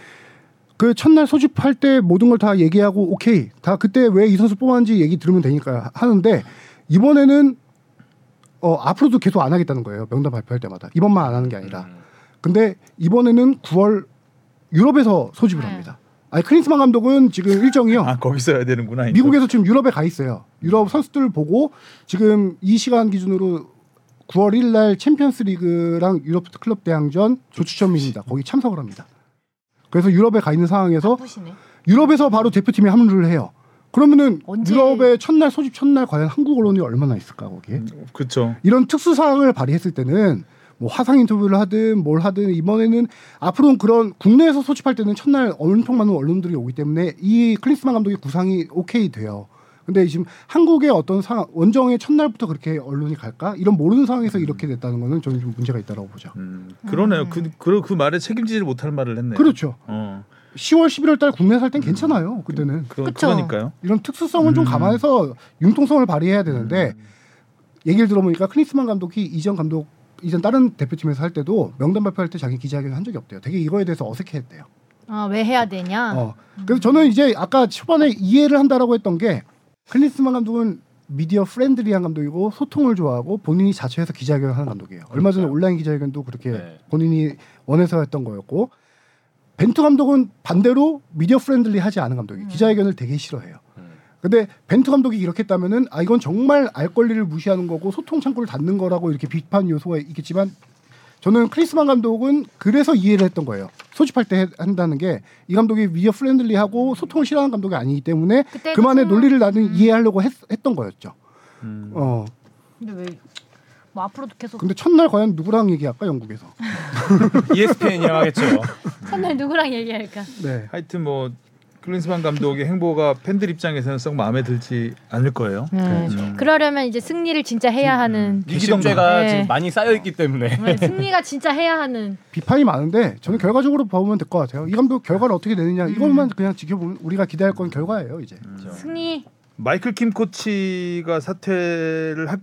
그 첫날 소집할 때 모든 걸 다 얘기하고 오케이 다 그때 왜 이 선수 뽑았는지 얘기 들으면 되니까 하는데 이번에는 어 앞으로도 계속 안 하겠다는 거예요 명단 발표할 때마다 이번만 안 하는 게 아니라 근데 이번에는 9월 유럽에서 소집을 네. 합니다. 아니 크린스만 감독은 지금 일정이요. 아 거기서 해야 되는구나. 이거. 미국에서 지금 유럽에 가 있어요. 유럽 선수들 보고 지금 이 시간 기준으로 9월 1일 날 챔피언스 리그랑 유럽 클럽 대항전 조추첨입니다. 거기 참석을 합니다. 그래서 유럽에 가 있는 상황에서 바쁘시네. 유럽에서 바로 대표팀이 합류를 해요. 그러면은 언제? 유럽의 첫날 소집 첫날 과연 한국 언론이 얼마나 있을까 거기에? 그렇죠. 이런 특수 사항을 발휘했을 때는 뭐 화상 인터뷰를 하든 뭘 하든 이번에는 앞으로는 그런 국내에서 소집할 때는 첫날 엄청 많은 언론들이 오기 때문에 이 클린스만 감독의 구상이 오케이 돼요. 근데 지금 한국의 어떤 상황 원정의 첫날부터 그렇게 언론이 갈까 이런 모르는 상황에서 이렇게 됐다는 거는 저는 좀 문제가 있다라고 보죠. 음, 그러네요. 그, 그, 그 말에 책임지지 못할 말을 했네요. 아. 그렇죠. 어, 10월 11월 달 국내 살 땐 괜찮아요. 그때는 그러, 그쵸. 그러니까요. 이런 특수성은 음. 좀 감안해서 융통성을 발휘해야 되는데 얘기를 들어보니까 클린스만 감독이 이전 감독 이전 다른 대표팀에서 할 때도 명단 발표할 때 자기 기자회견 한 적이 없대요. 되게 이거에 대해서 어색해했대요. 아왜 해야 되냐? 어. 그래서 저는 이제 아까 초반에 이해를 한다라고 했던 게 클린스만 감독은 미디어 프렌들리한 감독이고 소통을 좋아하고 본인이 자처해서 기자회견을 하는 감독이에요. 얼마 전에 온라인 기자회견도 그렇게 네. 본인이 원해서 했던 거였고 벤투 감독은 반대로 미디어 프렌들리하지 않은 감독이 요 기자회견을 되게 싫어해요. 근데 벤투 감독이 이렇게 했다면은 아 이건 정말 알 권리를 무시하는 거고 소통 창구를 닫는 거라고 이렇게 비판 요소가 있겠지만 저는 크리스만 감독은 그래서 이해를 했던 거예요. 소집할 때 해- 한다는 게 이 감독이 미디어 프렌들리하고 소통을 싫어하는 감독이 아니기 때문에 그때 그만의 그- 논리를 나는 이해하려고 했, 던 거였죠. 음. 어. 근데 왜? 뭐 앞으로도 계속 근데 첫날 과연 누구랑 얘기할까 영국에서? E ESPN이랑 하겠죠. 그- 첫날 누구랑 얘기할까? 네. 하여튼 뭐 클린스만 감독의 행보가 팬들 입장에서는 썩 마음에 들지 않을 거예요. 네. 그렇죠. 그러려면 이제 승리를 진짜 해야 하는 음. 미식죄가 네. 지금 많이 쌓여 있기 때문에 네, 승리가 진짜 해야 하는 비판이 많은데 저는 결과적으로 보면 될 것 같아요. 이 감독 결과를 어떻게 음. 내느냐 이것만 그냥 지켜보면 우리가 기대할 건 그렇죠. 결과예요 이제. 승리 마이클 킴 코치가 사퇴를 하-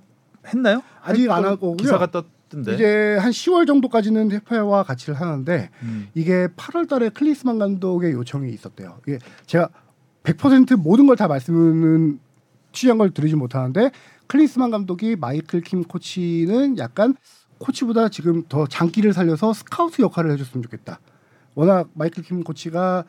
했나요? 아직 안 했던 하고 기사가 떴던데. 이제 한 10월 정도까지는 협회와 같이를 하는데 음. 이게 8월 달에 클리스만 감독의 요청이 있었대요. 이게 제가 100% 모든 걸 다 말씀은 취재한 걸 드리지 못하는데 클리스만 감독이 마이클 킴 코치는 약간 코치보다 지금 더 장기를 살려서 스카우트 역할을 해줬으면 좋겠다. 워낙 마이클 킴 코치가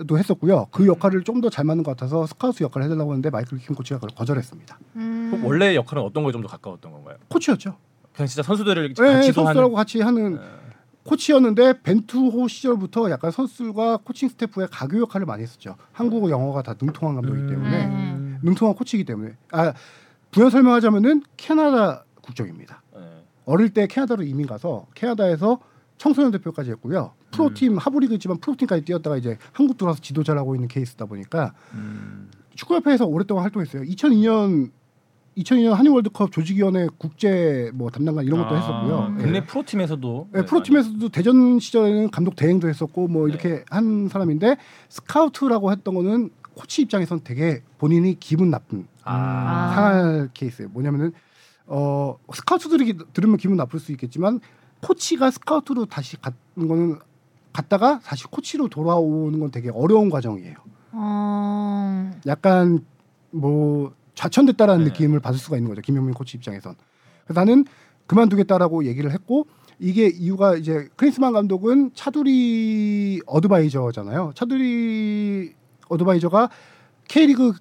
행정가도 했었고요. 그 역할을 좀 더 잘 맞는 것 같아서 스카우트 역할을 해달라고 했는데 마이클 킴 코치가 그걸 거절했습니다. 음. 그럼 원래 역할은 어떤 거에 좀 더 가까웠던 건가요? 코치였죠. 그냥 진짜 선수들을 예, 예, 같이 선수들하고 도하는 같이 하는 코치였는데 벤투호 시절부터 약간 선수들과 코칭 스태프의 가교 역할을 많이 했었죠. 한국어 영어가 다 능통한 감독이기 때문에 네. 음. 능통한 코치이기 때문에 아 부연 설명하자면은 캐나다 국적입니다. 예. 어릴 때 캐나다로 이민 가서 캐나다에서 청소년 대표까지 했고요. 프로팀 하부리그지만 프로팀까지 뛰었다가 이제 한국 들어와서 지도자를 하고 있는 케이스다 보니까 음. 축구협회에서 오랫동안 활동했어요. 2002년 2002년 한일 월드컵 조직위원회 국제 뭐 담당관 이런 것도 아, 했었고요. 예. 국내 프로팀에서도 네, 프로팀에서도 대전 시절에는 감독 대행도 했었고 뭐 이렇게 한 사람인데 스카우트라고 했던 거는 코치 입장에선 되게 본인이 기분 나쁜 아, 상할 케이스예요. 뭐냐면은 어 스카우트들이 기- 들으면 기분 나쁠 수 있겠지만 코치가 스카우트로 다시 가는 거는 갔다가 다시 코치로 돌아오는 건 되게 어려운 과정이에요. 어... 약간 뭐 좌천됐다라는 네. 느낌을 받을 수가 있는 거죠 김용민 코치 입장에선 그래서 나는 그만두겠다라고 얘기를 했고 이게 이유가 이제 크리스만 감독은 차두리 어드바이저잖아요 차두리 어드바이저가 K리그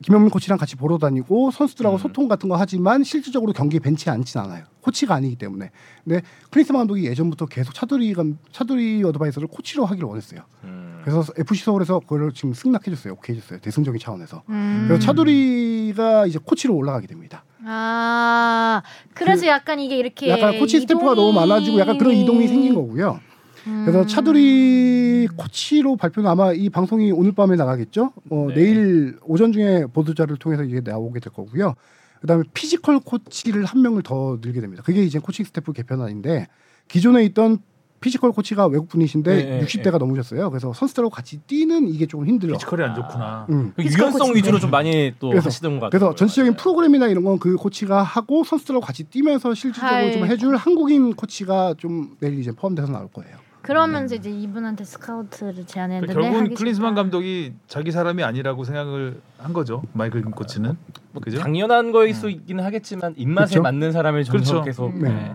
김용민 코치랑 같이 보러 다니고 선수들하고 음. 소통 같은 거 하지만 실질적으로 경기 벤치에 앉진 않아요 코치가 아니기 때문에 근데 크리스만 감독이 예전부터 계속 차두리 감 차두리 어드바이저를 코치로 하기를 원했어요 음. 그래서 FC 서울에서 그걸 지금 승낙해줬어요 오케이해줬어요 대승적인 차원에서 음. 그래서 차두리가 이제 코치로 올라가게 됩니다. 아 그래서 그- 약간 이게 이렇게 약간 코치 스태프가 너무 많아지고 약간 그런 이동이 생긴 거고요. 음. 그래서 차두리 코치로 발표는 아마 이 방송이 오늘 밤에 나가겠죠. 어, 네. 내일 오전 중에 보도자를 통해서 이게 나오게 될 거고요. 그다음에 피지컬 코치를 한 명을 더 늘게 됩니다. 그게 이제 코칭 스태프 개편안인데 기존에 있던 피지컬 코치가 외국 분이신데 네, 네, 60대가 넘으셨어요. 그래서 선수들하고 같이 뛰는 이게 좀 힘들어. 피지컬이 안 좋구나. 음. 그 유연성 위주로 좀 많이 또 그래서- 하시던 것 같아요. 그래서 전체적인 네. 프로그램이나 이런 건 그 코치가 하고 선수들하고 같이 뛰면서 실질적으로 좀 아이고. 해줄 한국인 코치가 좀 내일 이제 포함돼서 나올 거예요. 그러면서 이제 이분한테 스카우트를 제안했는데 그러니까 그 결국은 네, 하기 클린스만 싫다. 감독이 자기 사람이 아니라고 생각을 한 거죠. 마이클 김 코치는. 그죠? 당연한 거일 수 있기는 하겠지만 입맛에 네. 그쵸? 맞는 사람을 그렇죠. 정서 계속 네. 네.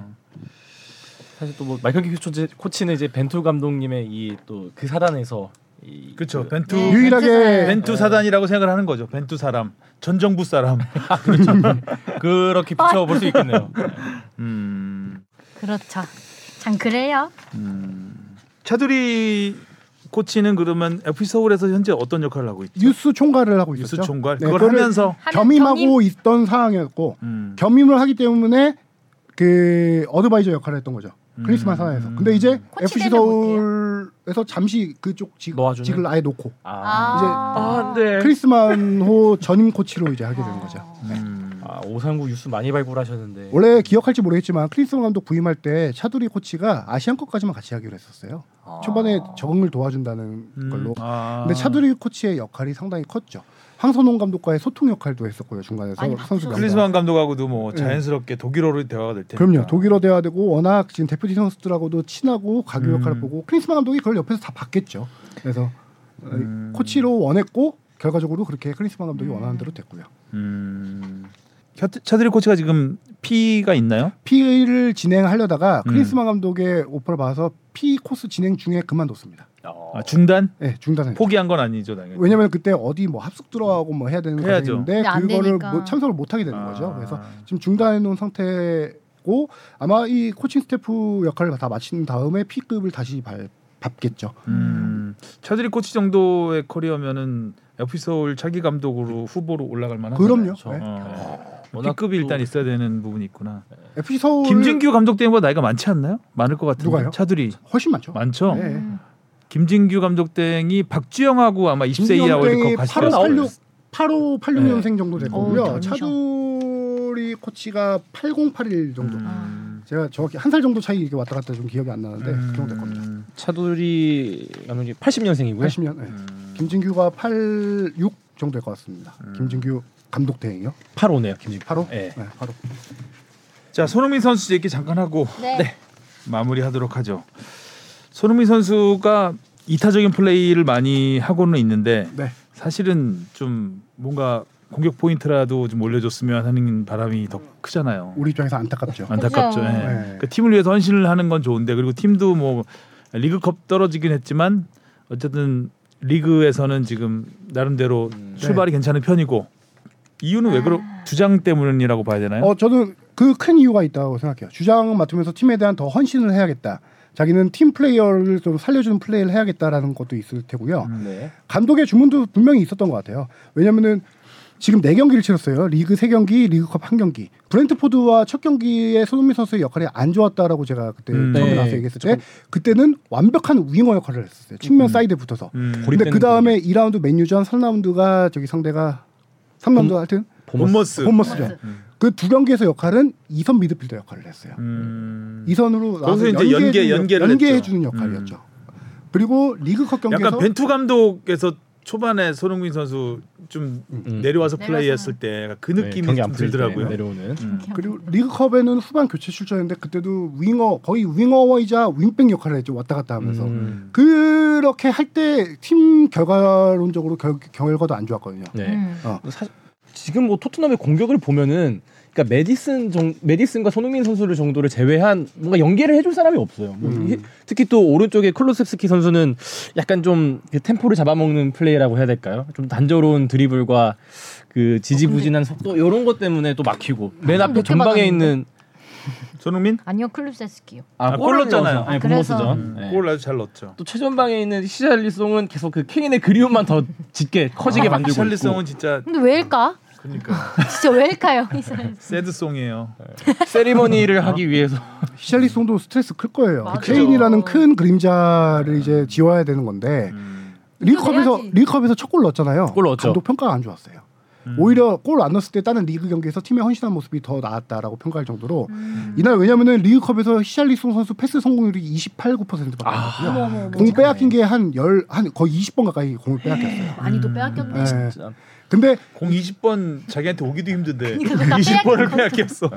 사실 또 뭐 마이클 키초치 코치는 이제 벤투 감독님의 이 또 그 사단에서 이 그렇죠. 그- 벤투 네, 유일하게 괜찮아요. 벤투 사단이라고 생각을 하는 거죠. 벤투 사람, 전 정부 사람. 그렇게 비춰볼 수 있겠네요. 음, 그렇죠. 참 그래요. 음. 차두리 코치는 그러면 FC 서울에서 현재 어떤 역할을 하고 있죠? 뉴스 총괄을 하고 있었죠. 유스 총괄. 네, 그걸 그거를 하면서 겸임하고 겸임? 있던 상황이었고 음. 겸임을 하기 때문에 그 어드바이저 역할을 했던 거죠. 크리스마 음. 사나에서. 근데 이제 코치 FC 되면 서울에서 잠시 그쪽 직, 놓아주는? 직을 아예 놓고 아, 이제 네. 안돼. 그 크리스만호 전임 코치로 이제 하게 되는 거죠. 음. 아 오상구 유수 많이 발굴하셨는데. 원래 기억할지 모르겠지만 크리스만 감독 부임할 때 차두리 코치가 아시안컵까지만 같이 하기로 했었어요. 아. 초반에 적응을 도와준다는 음. 걸로. 아. 근데 차두리 코치의 역할이 상당히 컸죠. 황선홍 감독과의 소통 역할도 했었고요 중간에서 많이 선수 바쁘죠. 클린스만 감독하고도 뭐 네. 자연스럽게 독일어로 대화가 될 테니까. 음. 그럼요 독일어 대화되고 워낙 지금 대표팀 선수들하고도 친하고 가교 음. 역할을 보고 크리스만 감독이 그걸 옆에서 다 봤겠죠. 그래서 어, 음. 코치로 원했고 결과적으로 그렇게 크리스만 감독이 원하는 대로 됐고요. 음. 차- 차두리 코치가 지금 P가 있나요? P를 진행하려다가 음. 크리스만 감독의 오퍼를 받아서 P 코스 진행 중에 그만뒀습니다. 아, 중단? 네, 중단했죠. 포기한 건 아니죠, 당연히. 왜냐면 그때 어디 뭐 합숙 들어가고 뭐 해야 되는 해야죠. 과정인데 근데 안 그거를 되니까. 뭐 참석을 못 하게 되는 거죠. 아. 그래서 지금 중단해 놓은 상태고 아마 이 코칭 스태프 역할을 다 마친 다음에 P급을 다시 발, 받겠죠. 음. 차두리 코치 정도의 커리어면은 FC 서울 차기 감독으로 후보로 올라갈 만한 그럼요. 그렇죠. 네. 어. 워낙 P급이 또- 일단 있어야 되는 부분이 있구나. FC 서울 김진규 감독 때보다 나이가 많지 않나요? 많을 것 같은데. 누가요? 차두리 훨씬 많죠. 많죠. 네. 음. 김진규 감독 땡이 박주영하고 아마 20세 이하 월드컵 갔을 8호 거예요. 86 8호 86년생 정도 될 음. 거고요. 어, 젊으셔. 차두리 코치가 8081 정도. 음. 제가 정확히 한 살 정도 차이 이렇게 왔다 갔다 좀 기억이 안 나는데 음. 그 정도 될 겁니다. 차두리 감독님 80년생이고요. 80년. 네. 음. 김진규가 86 정도 될 것 같습니다. 음. 김진규 감독 대행이요? 8호네요, 김진규. 8호? 예. 네. 바로. 자 손흥민 선수 얘기 잠깐 하고 네. 마무리하도록 하죠. 손흥민 선수가 이타적인 플레이를 많이 하고는 있는데 네. 사실은 좀 뭔가 공격 포인트라도 좀 올려줬으면 하는 바람이 더 크잖아요. 우리 입장에서 안타깝죠. 안타깝죠. 그죠. 예. 네. 그 팀을 위해서 헌신을 하는 건 좋은데 그리고 팀도 뭐 리그컵 떨어지긴 했지만 어쨌든 리그에서는 지금 나름대로 음, 네. 출발이 괜찮은 편이고 이유는 왜 그러? 주장 때문이라고 봐야 네. 되나요? 아. 어, 저는 그 큰 이유가 있다고 생각해요. 주장을 맡으면서 팀에 대한 더 헌신을 해야겠다. 자기는 팀 플레이어를 좀 살려주는 플레이를 해야겠다라는 것도 있을 테고요. 네. 감독의 주문도 분명히 있었던 것 같아요. 왜냐면은 지금 네 경기를 치렀어요. 리그 세 경기, 리그컵 한 경기. 브렌트포드와 첫 경기에 손흥민 선수의 역할이 안 좋았다라고 제가 그때 음, 처음에 네. 나와서 얘기했을 때 그때는 완벽한 윙어 역할을 했었어요. 측면 사이드에 붙어서. 음. 고립- 근데 고립되는 그 다음에 2라운드 맨유전, 3라운드가 저기 상대가 3라운드 하여튼 본머스. 홈머스죠. 그 두 경기에서 역할은 2선 미드필더 역할을 했어요. 음. 이선으로 거기서 이제 연계, 연계를 연계해 했죠. 주는 역할이었죠. 그리고 리그컵 경기에서 음. 약간 벤투 감독에서 초반에 손흥민 선수 좀 내려와서 음. 플레이했을 때 그 느낌이 음, 네, 경기 좀 안 풀릴 때 들더라고요. 내려오는. 음. 아, 그리고 리그컵에는 후반 교체 출전했는데 그때도 윙어 거의 윙어이자 윙백 역할을 했죠 왔다 갔다 하면서 음. 그렇게 할 때 팀 결과론적으로 결, 결과도 안 좋았거든요. 네. 음. 사- 지금 뭐 토트넘의 공격을 보면은 그러니까 메디슨 정, 메디슨과 손흥민 선수를 정도를 제외한 뭔가 연계를 해줄 사람이 없어요. 뭐 음. 히- 특히 또 오른쪽에 클로셉스키 선수는 약간 좀그 템포를 잡아먹는 플레이라고 해야 될까요? 좀 단조로운 드리블과 그 어, 지지부진한 속도 이런 것 때문에 또 막히고 맨 앞에 몇 전방에 개만 있는 손흥민 아니요 클루세스키요. 아, 골 넣었잖아요. 네, 아, 그래서. 본모스전. 네. 골 아주 잘 넣었죠. 또 최전방에 있는 시샬리송은 계속 그 케인의 그리움만 더 짙게 아, 커지게 만들고 있고. 샬리성은 진짜 근데 왜일까? 그러니까 진짜 왜일까요? 이 사람. 새드송이에요. 네. 세리머니를 하기 위해서 히샬리송도 스트레스 클 거예요. 맞아요. 케인이라는 큰 그림자를 이제 지워야 되는 건데 음. 리그컵에서 해야지. 리그컵에서 첫 골 넣었잖아요. 골 넣었죠. 감독 평가가 안 좋았어요. 음. 오히려 골 안 넣었을 때 다른 리그 경기에서 팀에 헌신한 모습이 더 나았다라고 평가할 정도로 음. 이날 왜냐면은 리그컵에서 히샬리송 선수 패스 성공률이 28, 9%밖에 안 어머, 됐거든요. 어머, 어머. 공 빼앗긴 게 한 열 한 거의 20번 가까이 공을 빼앗겼어요. 많이도 빼앗겼네. 예. 근데 공 20번 자기한테 오기도 힘든데 그러니까 20번을 빼앗겼어.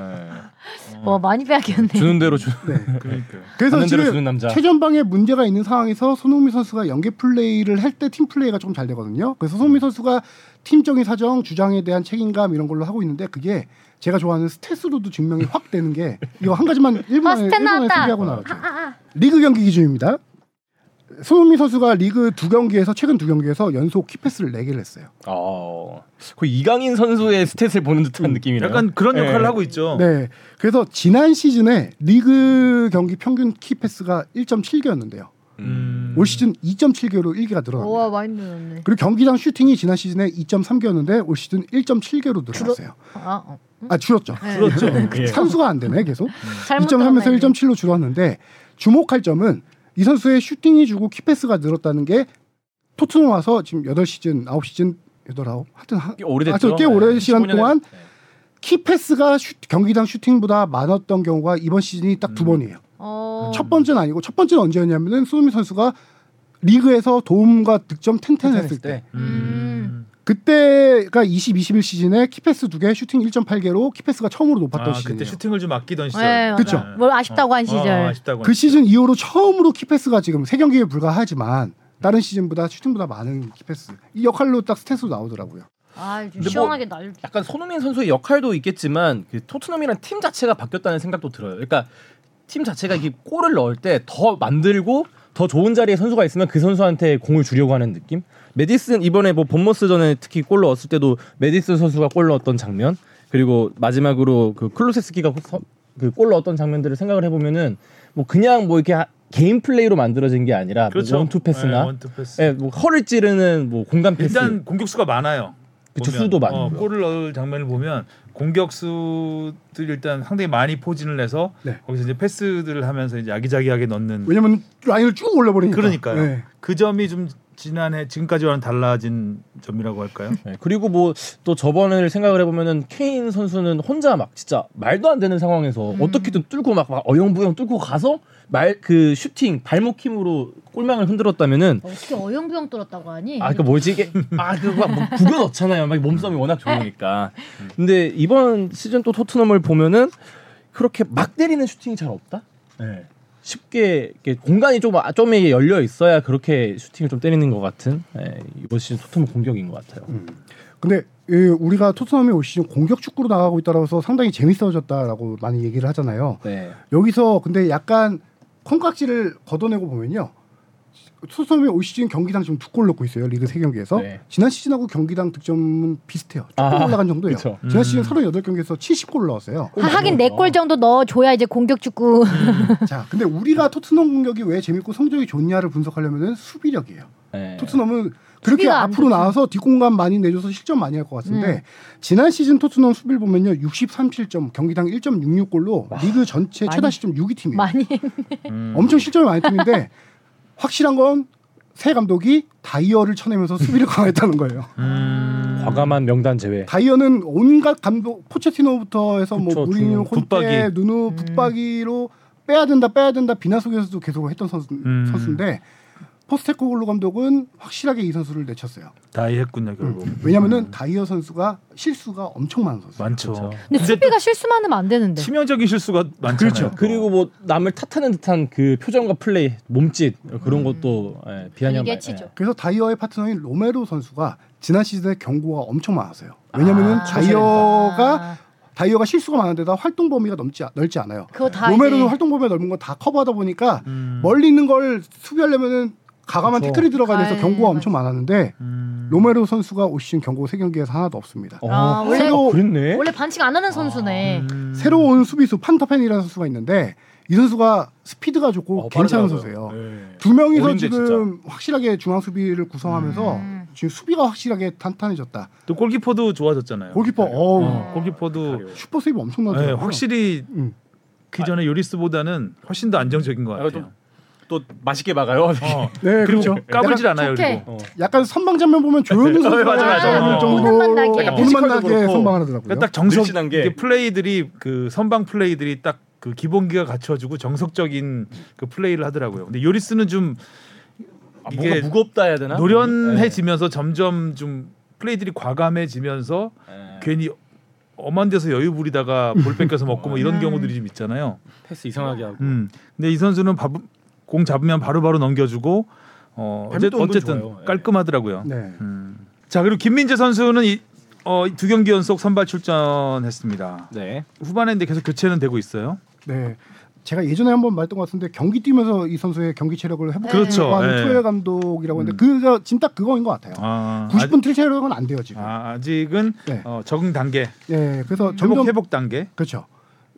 뭐 와 많이 빼앗겼네. 주는 대로 주는 그러니까. 그래서 받는 대로 주는 지금 남자. 최전방에 문제가 있는 상황에서 손흥민 선수가 연계 플레이를 할 때 팀 플레이가 조금 잘 되거든요. 그래서 손흥민 선수가 팀적인 사정, 주장에 대한 책임감 이런 걸로 하고 있는데 그게 제가 좋아하는 스탯으로도 증명이 확 되는 게 이거 한 가지만 아, 일본에 스탯 일본에 나왔다. 아, 소개하고 나왔죠. 리그 경기 기준입니다. 손흥민 선수가 리그 두 경기에서 최근 두 경기에서 연속 키패스를 4개를 했어요. 어, 거의 이강인 선수의 스탯을 보는 듯한 느낌이네요. 약간 그런 역할을 예. 하고 있죠. 네. 그래서 지난 시즌에 리그 경기 평균 키패스가 1.7개였는데요. 음. 올 시즌 2.7개로 1개가 음. 늘어났어요. 와 많이 늘었네. 그리고 경기당 슈팅이 지난 시즌에 2.3개였는데 올 시즌 1.7개로 늘어났어요. 아, 어. 아 줄었죠. 예. 그렇죠. 네. 예. 산수가 안 되네 계속. 잘못 2.3에서 들었나, 1.7로 줄었는데 주목할 점은 이 선수의 슈팅이 주고 키패스가 늘었다는 게 토트넘 와서 지금 8시즌, 9시즌, 8, 9 하여튼 하- 꽤 오래됐죠. 하여튼 아, 꽤 오랜 네, 시간 15년에 동안 키패스가 슈- 경기당 슈팅보다 많았던 경우가 이번 시즌이 딱 두 번이에요. 어. 첫 번째는 아니고 첫 번째는 언제였냐면은 손흥민 선수가 리그에서 도움과 득점 텐텐 했을 그 때 음. 그때가 20, 21 시즌에 키패스 두 개, 슈팅 1.8개로 키패스가 처음으로 높았던 아, 시즌이에요. 그때 슈팅을 좀 아끼던 시절. 네, 맞아. 그쵸? 뭘 아쉽다고 한 시절. 아, 아쉽다고 그 한 시즌 이후로 처음으로 키패스가 지금 세 경기에 불과하지만 다른 시즌보다 슈팅보다 많은 키패스 이 역할로 딱 스탯으로 나오더라고요. 아, 뭐- 시원하게 날. 약간 손흥민 선수의 역할도 있겠지만 그 토트넘이란 팀 자체가 바뀌었다는 생각도 들어요. 그러니까 팀 자체가 이렇게 골을 넣을 때 더 만들고 더 좋은 자리에 선수가 있으면 그 선수한테 공을 주려고 하는 느낌. 메디슨 이번에 뭐 본머스전에 특히 골 넣었을 때도 메디슨 선수가 골 넣었던 장면 그리고 마지막으로 그 클로세스키가 그골 넣었던 장면들을 생각을 해보면은 뭐 그냥 뭐 이렇게 하- 개인 플레이로 만들어진 게 아니라 뭐 시절. 그렇죠. 원투 예, 패스나 원투 패스. 예, 뭐 허를 찌르는 뭐 공간 패스 일단 공격수가 많아요. 그쵸, 보면. 수도 많고요. 어, 골을 넣을 장면을 보면 공격수들 일단 상당히 많이 포진을 해서 네. 거기서 이제 패스들을 하면서 이제 아기자기하게 넣는 왜냐면 라인을 쭉 올려버리니까. 그러니까요. 네. 그 점이 좀 지난해 지금까지와는 달라진 점이라고 할까요? 네, 그리고 뭐 또 저번을 생각을 해보면은 케인 선수는 혼자 막 진짜 말도 안 되는 상황에서 어떻게든 뚫고 막, 막 어영부영 뚫고 가서 말 그 슈팅 발목 힘으로 골망을 흔들었다면은 어떻게 어영부영 뚫었다고 하니? 아 그 뭐지 이게 아 그거 막 구겨 넣잖아요 막 몸싸움이 워낙 좋으니까 근데 이번 시즌 또 토트넘을 보면은 그렇게 막 때리는 슈팅이 잘 없다 네. 쉽게 이렇게 공간이 좀, 아- 좀 이게 열려 있어야 그렇게 슈팅을 좀 때리는 것 같은 예, 이번 시즌 토트넘 공격인 것 같아요 근데 이 우리가 토트넘이 올 시즌 공격 축구로 나가고 있다라서 상당히 재밌어졌다라고 많이 얘기를 하잖아요. 네. 여기서 근데 약간 콩깍지를 걷어내고 보면요. 토트넘이 올 시즌 경기당 지금 두 골 넣고 있어요. 리그 세 경기에서. 네. 지난 시즌하고 경기당 득점은 비슷해요. 조금 아, 올라간 정도예요. 그쵸. 지난 음. 시즌 38경기에서 70골 넣었어요. 어, 하- 하긴 네 맞아. 골 정도 넣어줘야 이제 공격 축구. 자, 근데 우리가 토트넘 공격이 왜 재밌고 성적이 좋냐를 분석하려면 수비력이에요. 네. 토트넘은 그렇게 수비가 안 네. 앞으로 나와서 뒷공간 많이 내줘서 실점 많이 할 것 같은데 지난 시즌 토트넘 수비를 보면요 63실점 경기당 1.66골로 리그 전체 최다 실점 6위 팀이에요. 많이 음. 엄청 실점이 많이 팀인데 확실한 건 새 감독이 다이어를 쳐내면서 수비를 강화했다는 거예요. 음. 과감한 명단 제외 다이어는 온갖 감독 포체티노부터 해서 네. 그쵸, 뭐 무리뉴, 중요. 콘테, 붙박이. 음. 누누, 붙박이로 빼야 된다, 빼야 된다 비난 속에서도 계속 했던 선수, 음. 선수인데 포스테코글로 감독은 확실하게 이 선수를 내쳤어요. 다이 했군요 결국. 왜냐면은 다이어 선수가 실수가 엄청 많은 선수. 많죠. 근데 수비가 실수만 하면 안 네. 되는데. 치명적인 실수가 많잖아요. 그렇죠. 그리고 뭐 남을 탓하는 듯한 그 표정과 플레이, 몸짓 그런 것도 예, 비아냥 이게 말- 치죠. 그래서 다이어의 파트너인 로메로 선수가 지난 시즌에 경고가 엄청 많았어요. 아, 왜냐면은 다이어가 아, 다이어가 실수가 많은데다 활동 범위가 넘지 넓지 않아요. 그거 다 로메로는 이제 활동 범위가 넓은 건 다 커버하다 보니까 음. 멀리 있는 걸 수비하려면은 가감한 그렇죠. 태클이 들어가야 돼서 아, 경고가 예, 엄청 많았는데 음. 로메로 선수가 올 시즌 경고 세경기에서 하나도 없습니다. 예. 어, 아, 원래- 새로- 예? 그랬네. 원래 반칙 안 하는 선수네. 아, 음. 새로 운 수비수 판타펜이라는 선수가 있는데 이 선수가 스피드가 좋고 어, 괜찮은 빠르더라고요. 선수예요. 네. 두 명이서 어린데, 지금 확실하게 중앙 수비를 구성하면서 음. 지금 수비가 확실하게 탄탄해졌다. 또 골키퍼도 좋아졌잖아요. 골키퍼 어, 어우 골키퍼도 슈퍼 세이브 엄청나더라고요. 네, 확실히 음. 그 전에 요리스보다는 훨씬 더 안정적인 것 아, 좀- 같아요. 또 맛있게 막아요. 어. 네, 그리고 그렇죠. 까불질 않아요. 좋게. 그리고. 약간 선방 장면 보면 조현우 선수가 네, 맞아, 맞아. 하는 어. 정도로 약간 피지컬도 볼만나게 그렇고. 선방을 하더라고요. 그러니까 딱 정석 늘씬한 게. 이게 플레이들이 그 선방 플레이들이 딱 그 기본기가 갖춰지고 정석적인 그 플레이를 하더라고요. 근데 요리스는 좀 아, 네. 이게 뭔가 무겁다 해야 되나? 예, 노련해지면서 점점 좀 플레이들이 과감해지면서 예. 괜히 엄한 데서 여유 부리다가 볼 뺏겨서 먹고 뭐 음. 이런 경우들이 좀 있잖아요. 패스 이상하게 하고. 음. 근데 이 선수는 바- 공 잡으면 바로바로 넘겨주고 어, 어째- 발목도 은근 좋아요. 어쨌든 예. 깔끔하더라고요. 네. 음. 자 그리고 김민재 선수는 이, 어, 이두 경기 연속 선발 출전했습니다. 네. 후반에 근데 계속 교체는 되고 있어요. 네. 제가 예전에 한번 말했던 것 같은데 경기 뛰면서 이 선수의 경기 체력을 회복하는 그렇죠. 네. 음. 투엘 감독이라고 했는데 그거 지금 딱 그거인 것 같아요. 아, 90분 뛸 체력은 안 돼요 지금. 직은 네. 어, 적응 단계, 네, 그래서 음. 회복 점점 회복 단계. 그렇죠.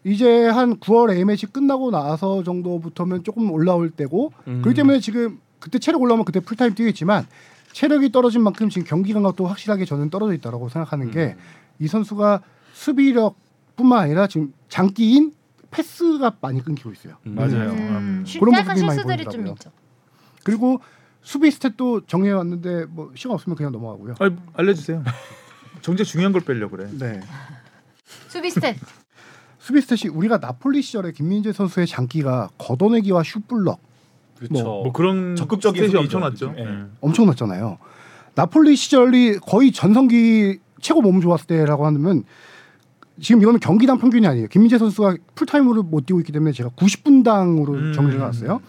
이제 한 9월 A매치 끝나고 나서 정도부터면 조금 올라올 때고 음. 그렇기 때문에 지금 그때 체력 올라오면 그때 풀타임 뛰겠지만 체력이 떨어진 만큼 지금 경기 감각도 확실하게 저는 떨어져 있다라고 생각하는 음. 게 이 선수가 수비력뿐만 아니라 지금 장기인 패스가 많이 끊기고 있어요. 음. 맞아요. 음, 실- 그런 약간 모습이 많이 실수들이 좀 보이더라고요. 있죠. 그리고 수비 스탯도 정해 왔는데 뭐 시간 없으면 그냥 넘어가고요. 아, 알려주세요. 정작 중요한 걸 빼려 고 그래. 네. 수비 스탯. 수비 스탯이 우리가 나폴리 시절에 김민재 선수의 장기가 걷어내기와 슛블럭 그렇죠. 뭐 그런 적극적인 스탯이 소리죠, 엄청났죠. 그죠? 예. 음. 엄청났잖아요. 나폴리 시절이 거의 전성기 최고 몸 좋았을 때라고 하면 지금 이거는 경기당 평균이 아니에요. 김민재 선수가 풀타임으로 못 뛰고 있기 때문에 제가 90분당으로 음. 정리를 해놨어요.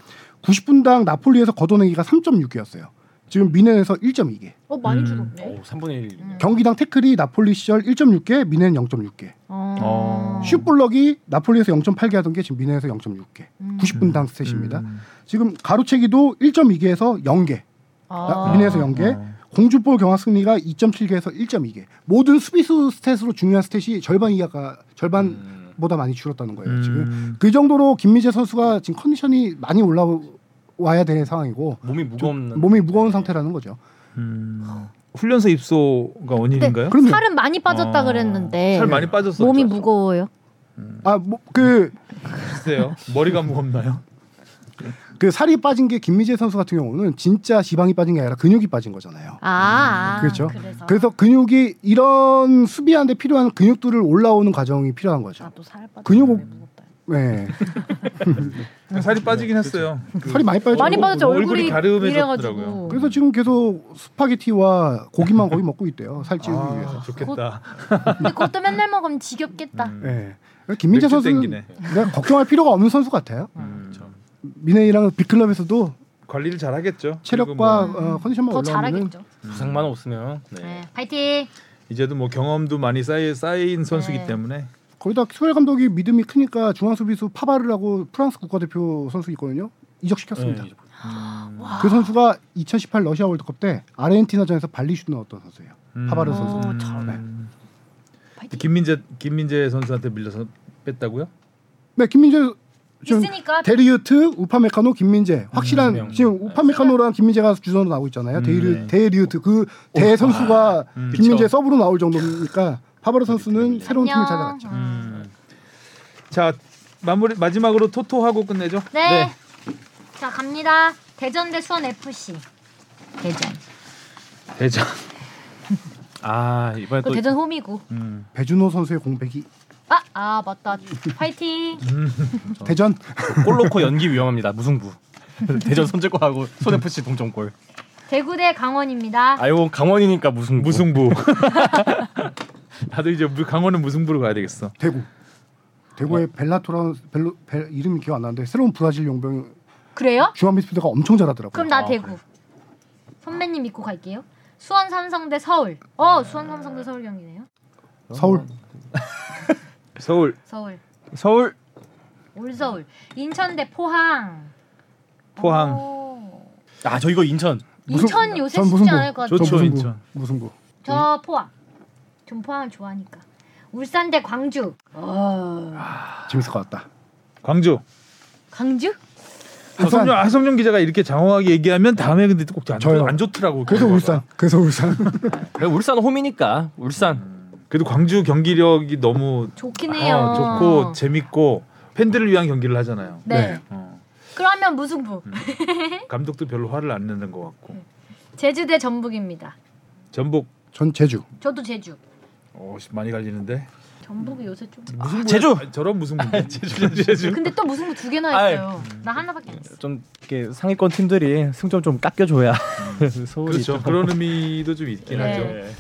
90분당 나폴리에서 걷어내기가 3.6이었어요. 지금 미넨에서 1.2개. 어 많이 음. 줄었네. 오, 3분의 1. 경기당 태클이 나폴리 시절 1.6개, 미넨 0.6개. 어. 슛블럭이 나폴리에서 0.8개 하던 게 지금 미넨에서 0.6개. 90분당 스탯입니다. 음. 지금 가로채기도 1.2개에서 0개. 아. 나- 아, 미네에서 0개. 공주볼 경합 승리가 2.7개에서 1.2개. 모든 수비수 스탯으로 중요한 스탯이 절반 이하가 절반보다 음. 많이 줄었다는 거예요. 음. 지금 그 정도로 김민재 선수가 지금 컨디션이 많이 올라와야 될 상황이고 몸이 무거운 몸이 무거운 상태라는 거죠. 음. 훈련소 입소가 원인인가요? 그럼요. 살은 많이 빠졌다 어. 네. 그랬는데 살 많이 빠졌었죠. 몸이 무거워요. 아, 뭐, 그 글쎄요. 머리가 무겁나요? 그 살이 빠진 게 김민재 선수 같은 경우는 진짜 지방이 빠진 게 아니라 근육이 빠진 거잖아요. 아, 아, 그렇죠. 그래서, 그래서 근육이 이런 수비하는데 필요한 근육들을 올라오는 과정이 필요한 아. 거죠. 나도 살 빠져. 근육- 무겁다. 네. 그렇죠. 살이 빠지긴 했어요. 그 살이 많이 빠졌죠. 많이 빠졌죠. 얼굴이, 가름해졌더라고요. 이래가지고. 그래서 지금 계속 스파게티와 고기만 거의 먹고 있대요. 살 찌우기 아, 그렇죠. 위해서. 좋겠다. 근데 그것도 맨날 먹으면 지겹겠다. 음. 네. 김민재 맥주 선수는 땡기네. 내가 걱정할 필요가 없는 선수 같아요. 음, 참. 미네이랑 빅클럽에서도 관리를 잘하겠죠. 체력과 그리고 뭐 어, 컨디션만 더 올라오면 잘하겠죠. 부상만 없으면 네. 네, 파이팅. 이제도 뭐 경험도 많이 쌓이, 쌓인 선수기 네. 때문에 거기다 큐엘 감독이 믿음이 크니까 중앙 수비수 파바르라고 프랑스 국가대표 선수 있거든요. 이적시켰습니다. 네, 이적. 음. 그 선수가 2018 러시아 월드컵 때 아르헨티나전에서 발리슛 넣었던 선수예요. 음. 어, 파바르 선수. 오, 네. 근데 김민재 김민재 선수한테 밀려서 뺐다고요? 네, 김민재 지금 있으니까 데리우트, 우파메카노, 김민재 확실한 명. 지금 우파메카노랑 김민재가 주전으로 나오고 있잖아요. 음, 데리우, 네. 아, 데리우트 그 대선수가 음. 김민재 서브로 나올 정도니까 파바르 선수는 새로운 팀을 안녕. 찾아갔죠. 자 마무리 마지막으로 토토하고 끝내죠. 네. 자 갑니다. 대전 대 수원 FC. 대전. 대장. 아 이번에 그 또 대전 홈이고. 음. 배준호 선수의 공백이 그렇죠. 아, 아 맞다. 파이팅. 대전 골 넣고 연기 위험합니다. 무승부. 대전 선제골하고 손 FC 동점골. 대구 대 강원입니다. 아이고 강원이니까 뭐. 무승부. 무승부. 나도 이제 무- 강원은 무승부로 가야 되겠어. 대구 어. 대구의 벨라토라 벨로 벨 이름이 기억 안 나는데 새로운 브라질 용병 그래요? 중앙 미드필더가 엄청 잘하더라고요. 그럼 나 아, 대구. 그래. 선배님 믿고 갈게요. 수원 삼성 대 서울. 어 수원 삼성 대 서울 경기네요. 어, 서울 서울 서울. 서울 올 서울. 인천 대 포항. 포항. 어. 오. 아 저 이거 인천. 무슨- 인천 요새 전 무슨 쉽지 부- 않을 것 같아요. 좋죠, 저 무승부 인천. 무승부 저 포항. 전 포항을 좋아하니까. 울산 대 광주. 어. 재밌을 것 같다. 광주. 광주? 울산. 하성룡 하성룡 기자가 이렇게 장황하게 얘기하면 다음에 근데 꼭 안 저요. 좋더라고. 그래서 울산 그래서 울산 그래, 울산 홈이니까 울산. 그래도 광주 경기력이 너무 좋긴 해요. 어, 좋고 재밌고 팬들을 위한 경기를 하잖아요. 네. 네. 어, 그러면 무승부. 네? 감독도 별로 화를 안 내는 것 같고 제주 대 전북입니다. 전북 전 제주 저도 제주. 어, 씨, 많이 갈리는데 전북이 요새 좀. 무슨 제주! 저런 무슨 문제 제주 제주 근데 또 무승부 두 개나 했어요. 나 하나밖에 안 했어. 좀 이렇게 상위권 팀들이 승점 좀 깎여줘야 서울이 그렇죠 좀- 그런 의미도 좀 있긴 네. 하죠.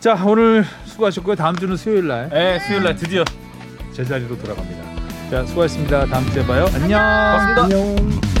자 오늘 수고하셨고요 다음 주는 수요일 날 예, 수요일 날 드디어 제자리로 돌아갑니다. 자 수고하셨습니다. 다음 주에 봐요. 안녕. 고맙습니다. 안녕.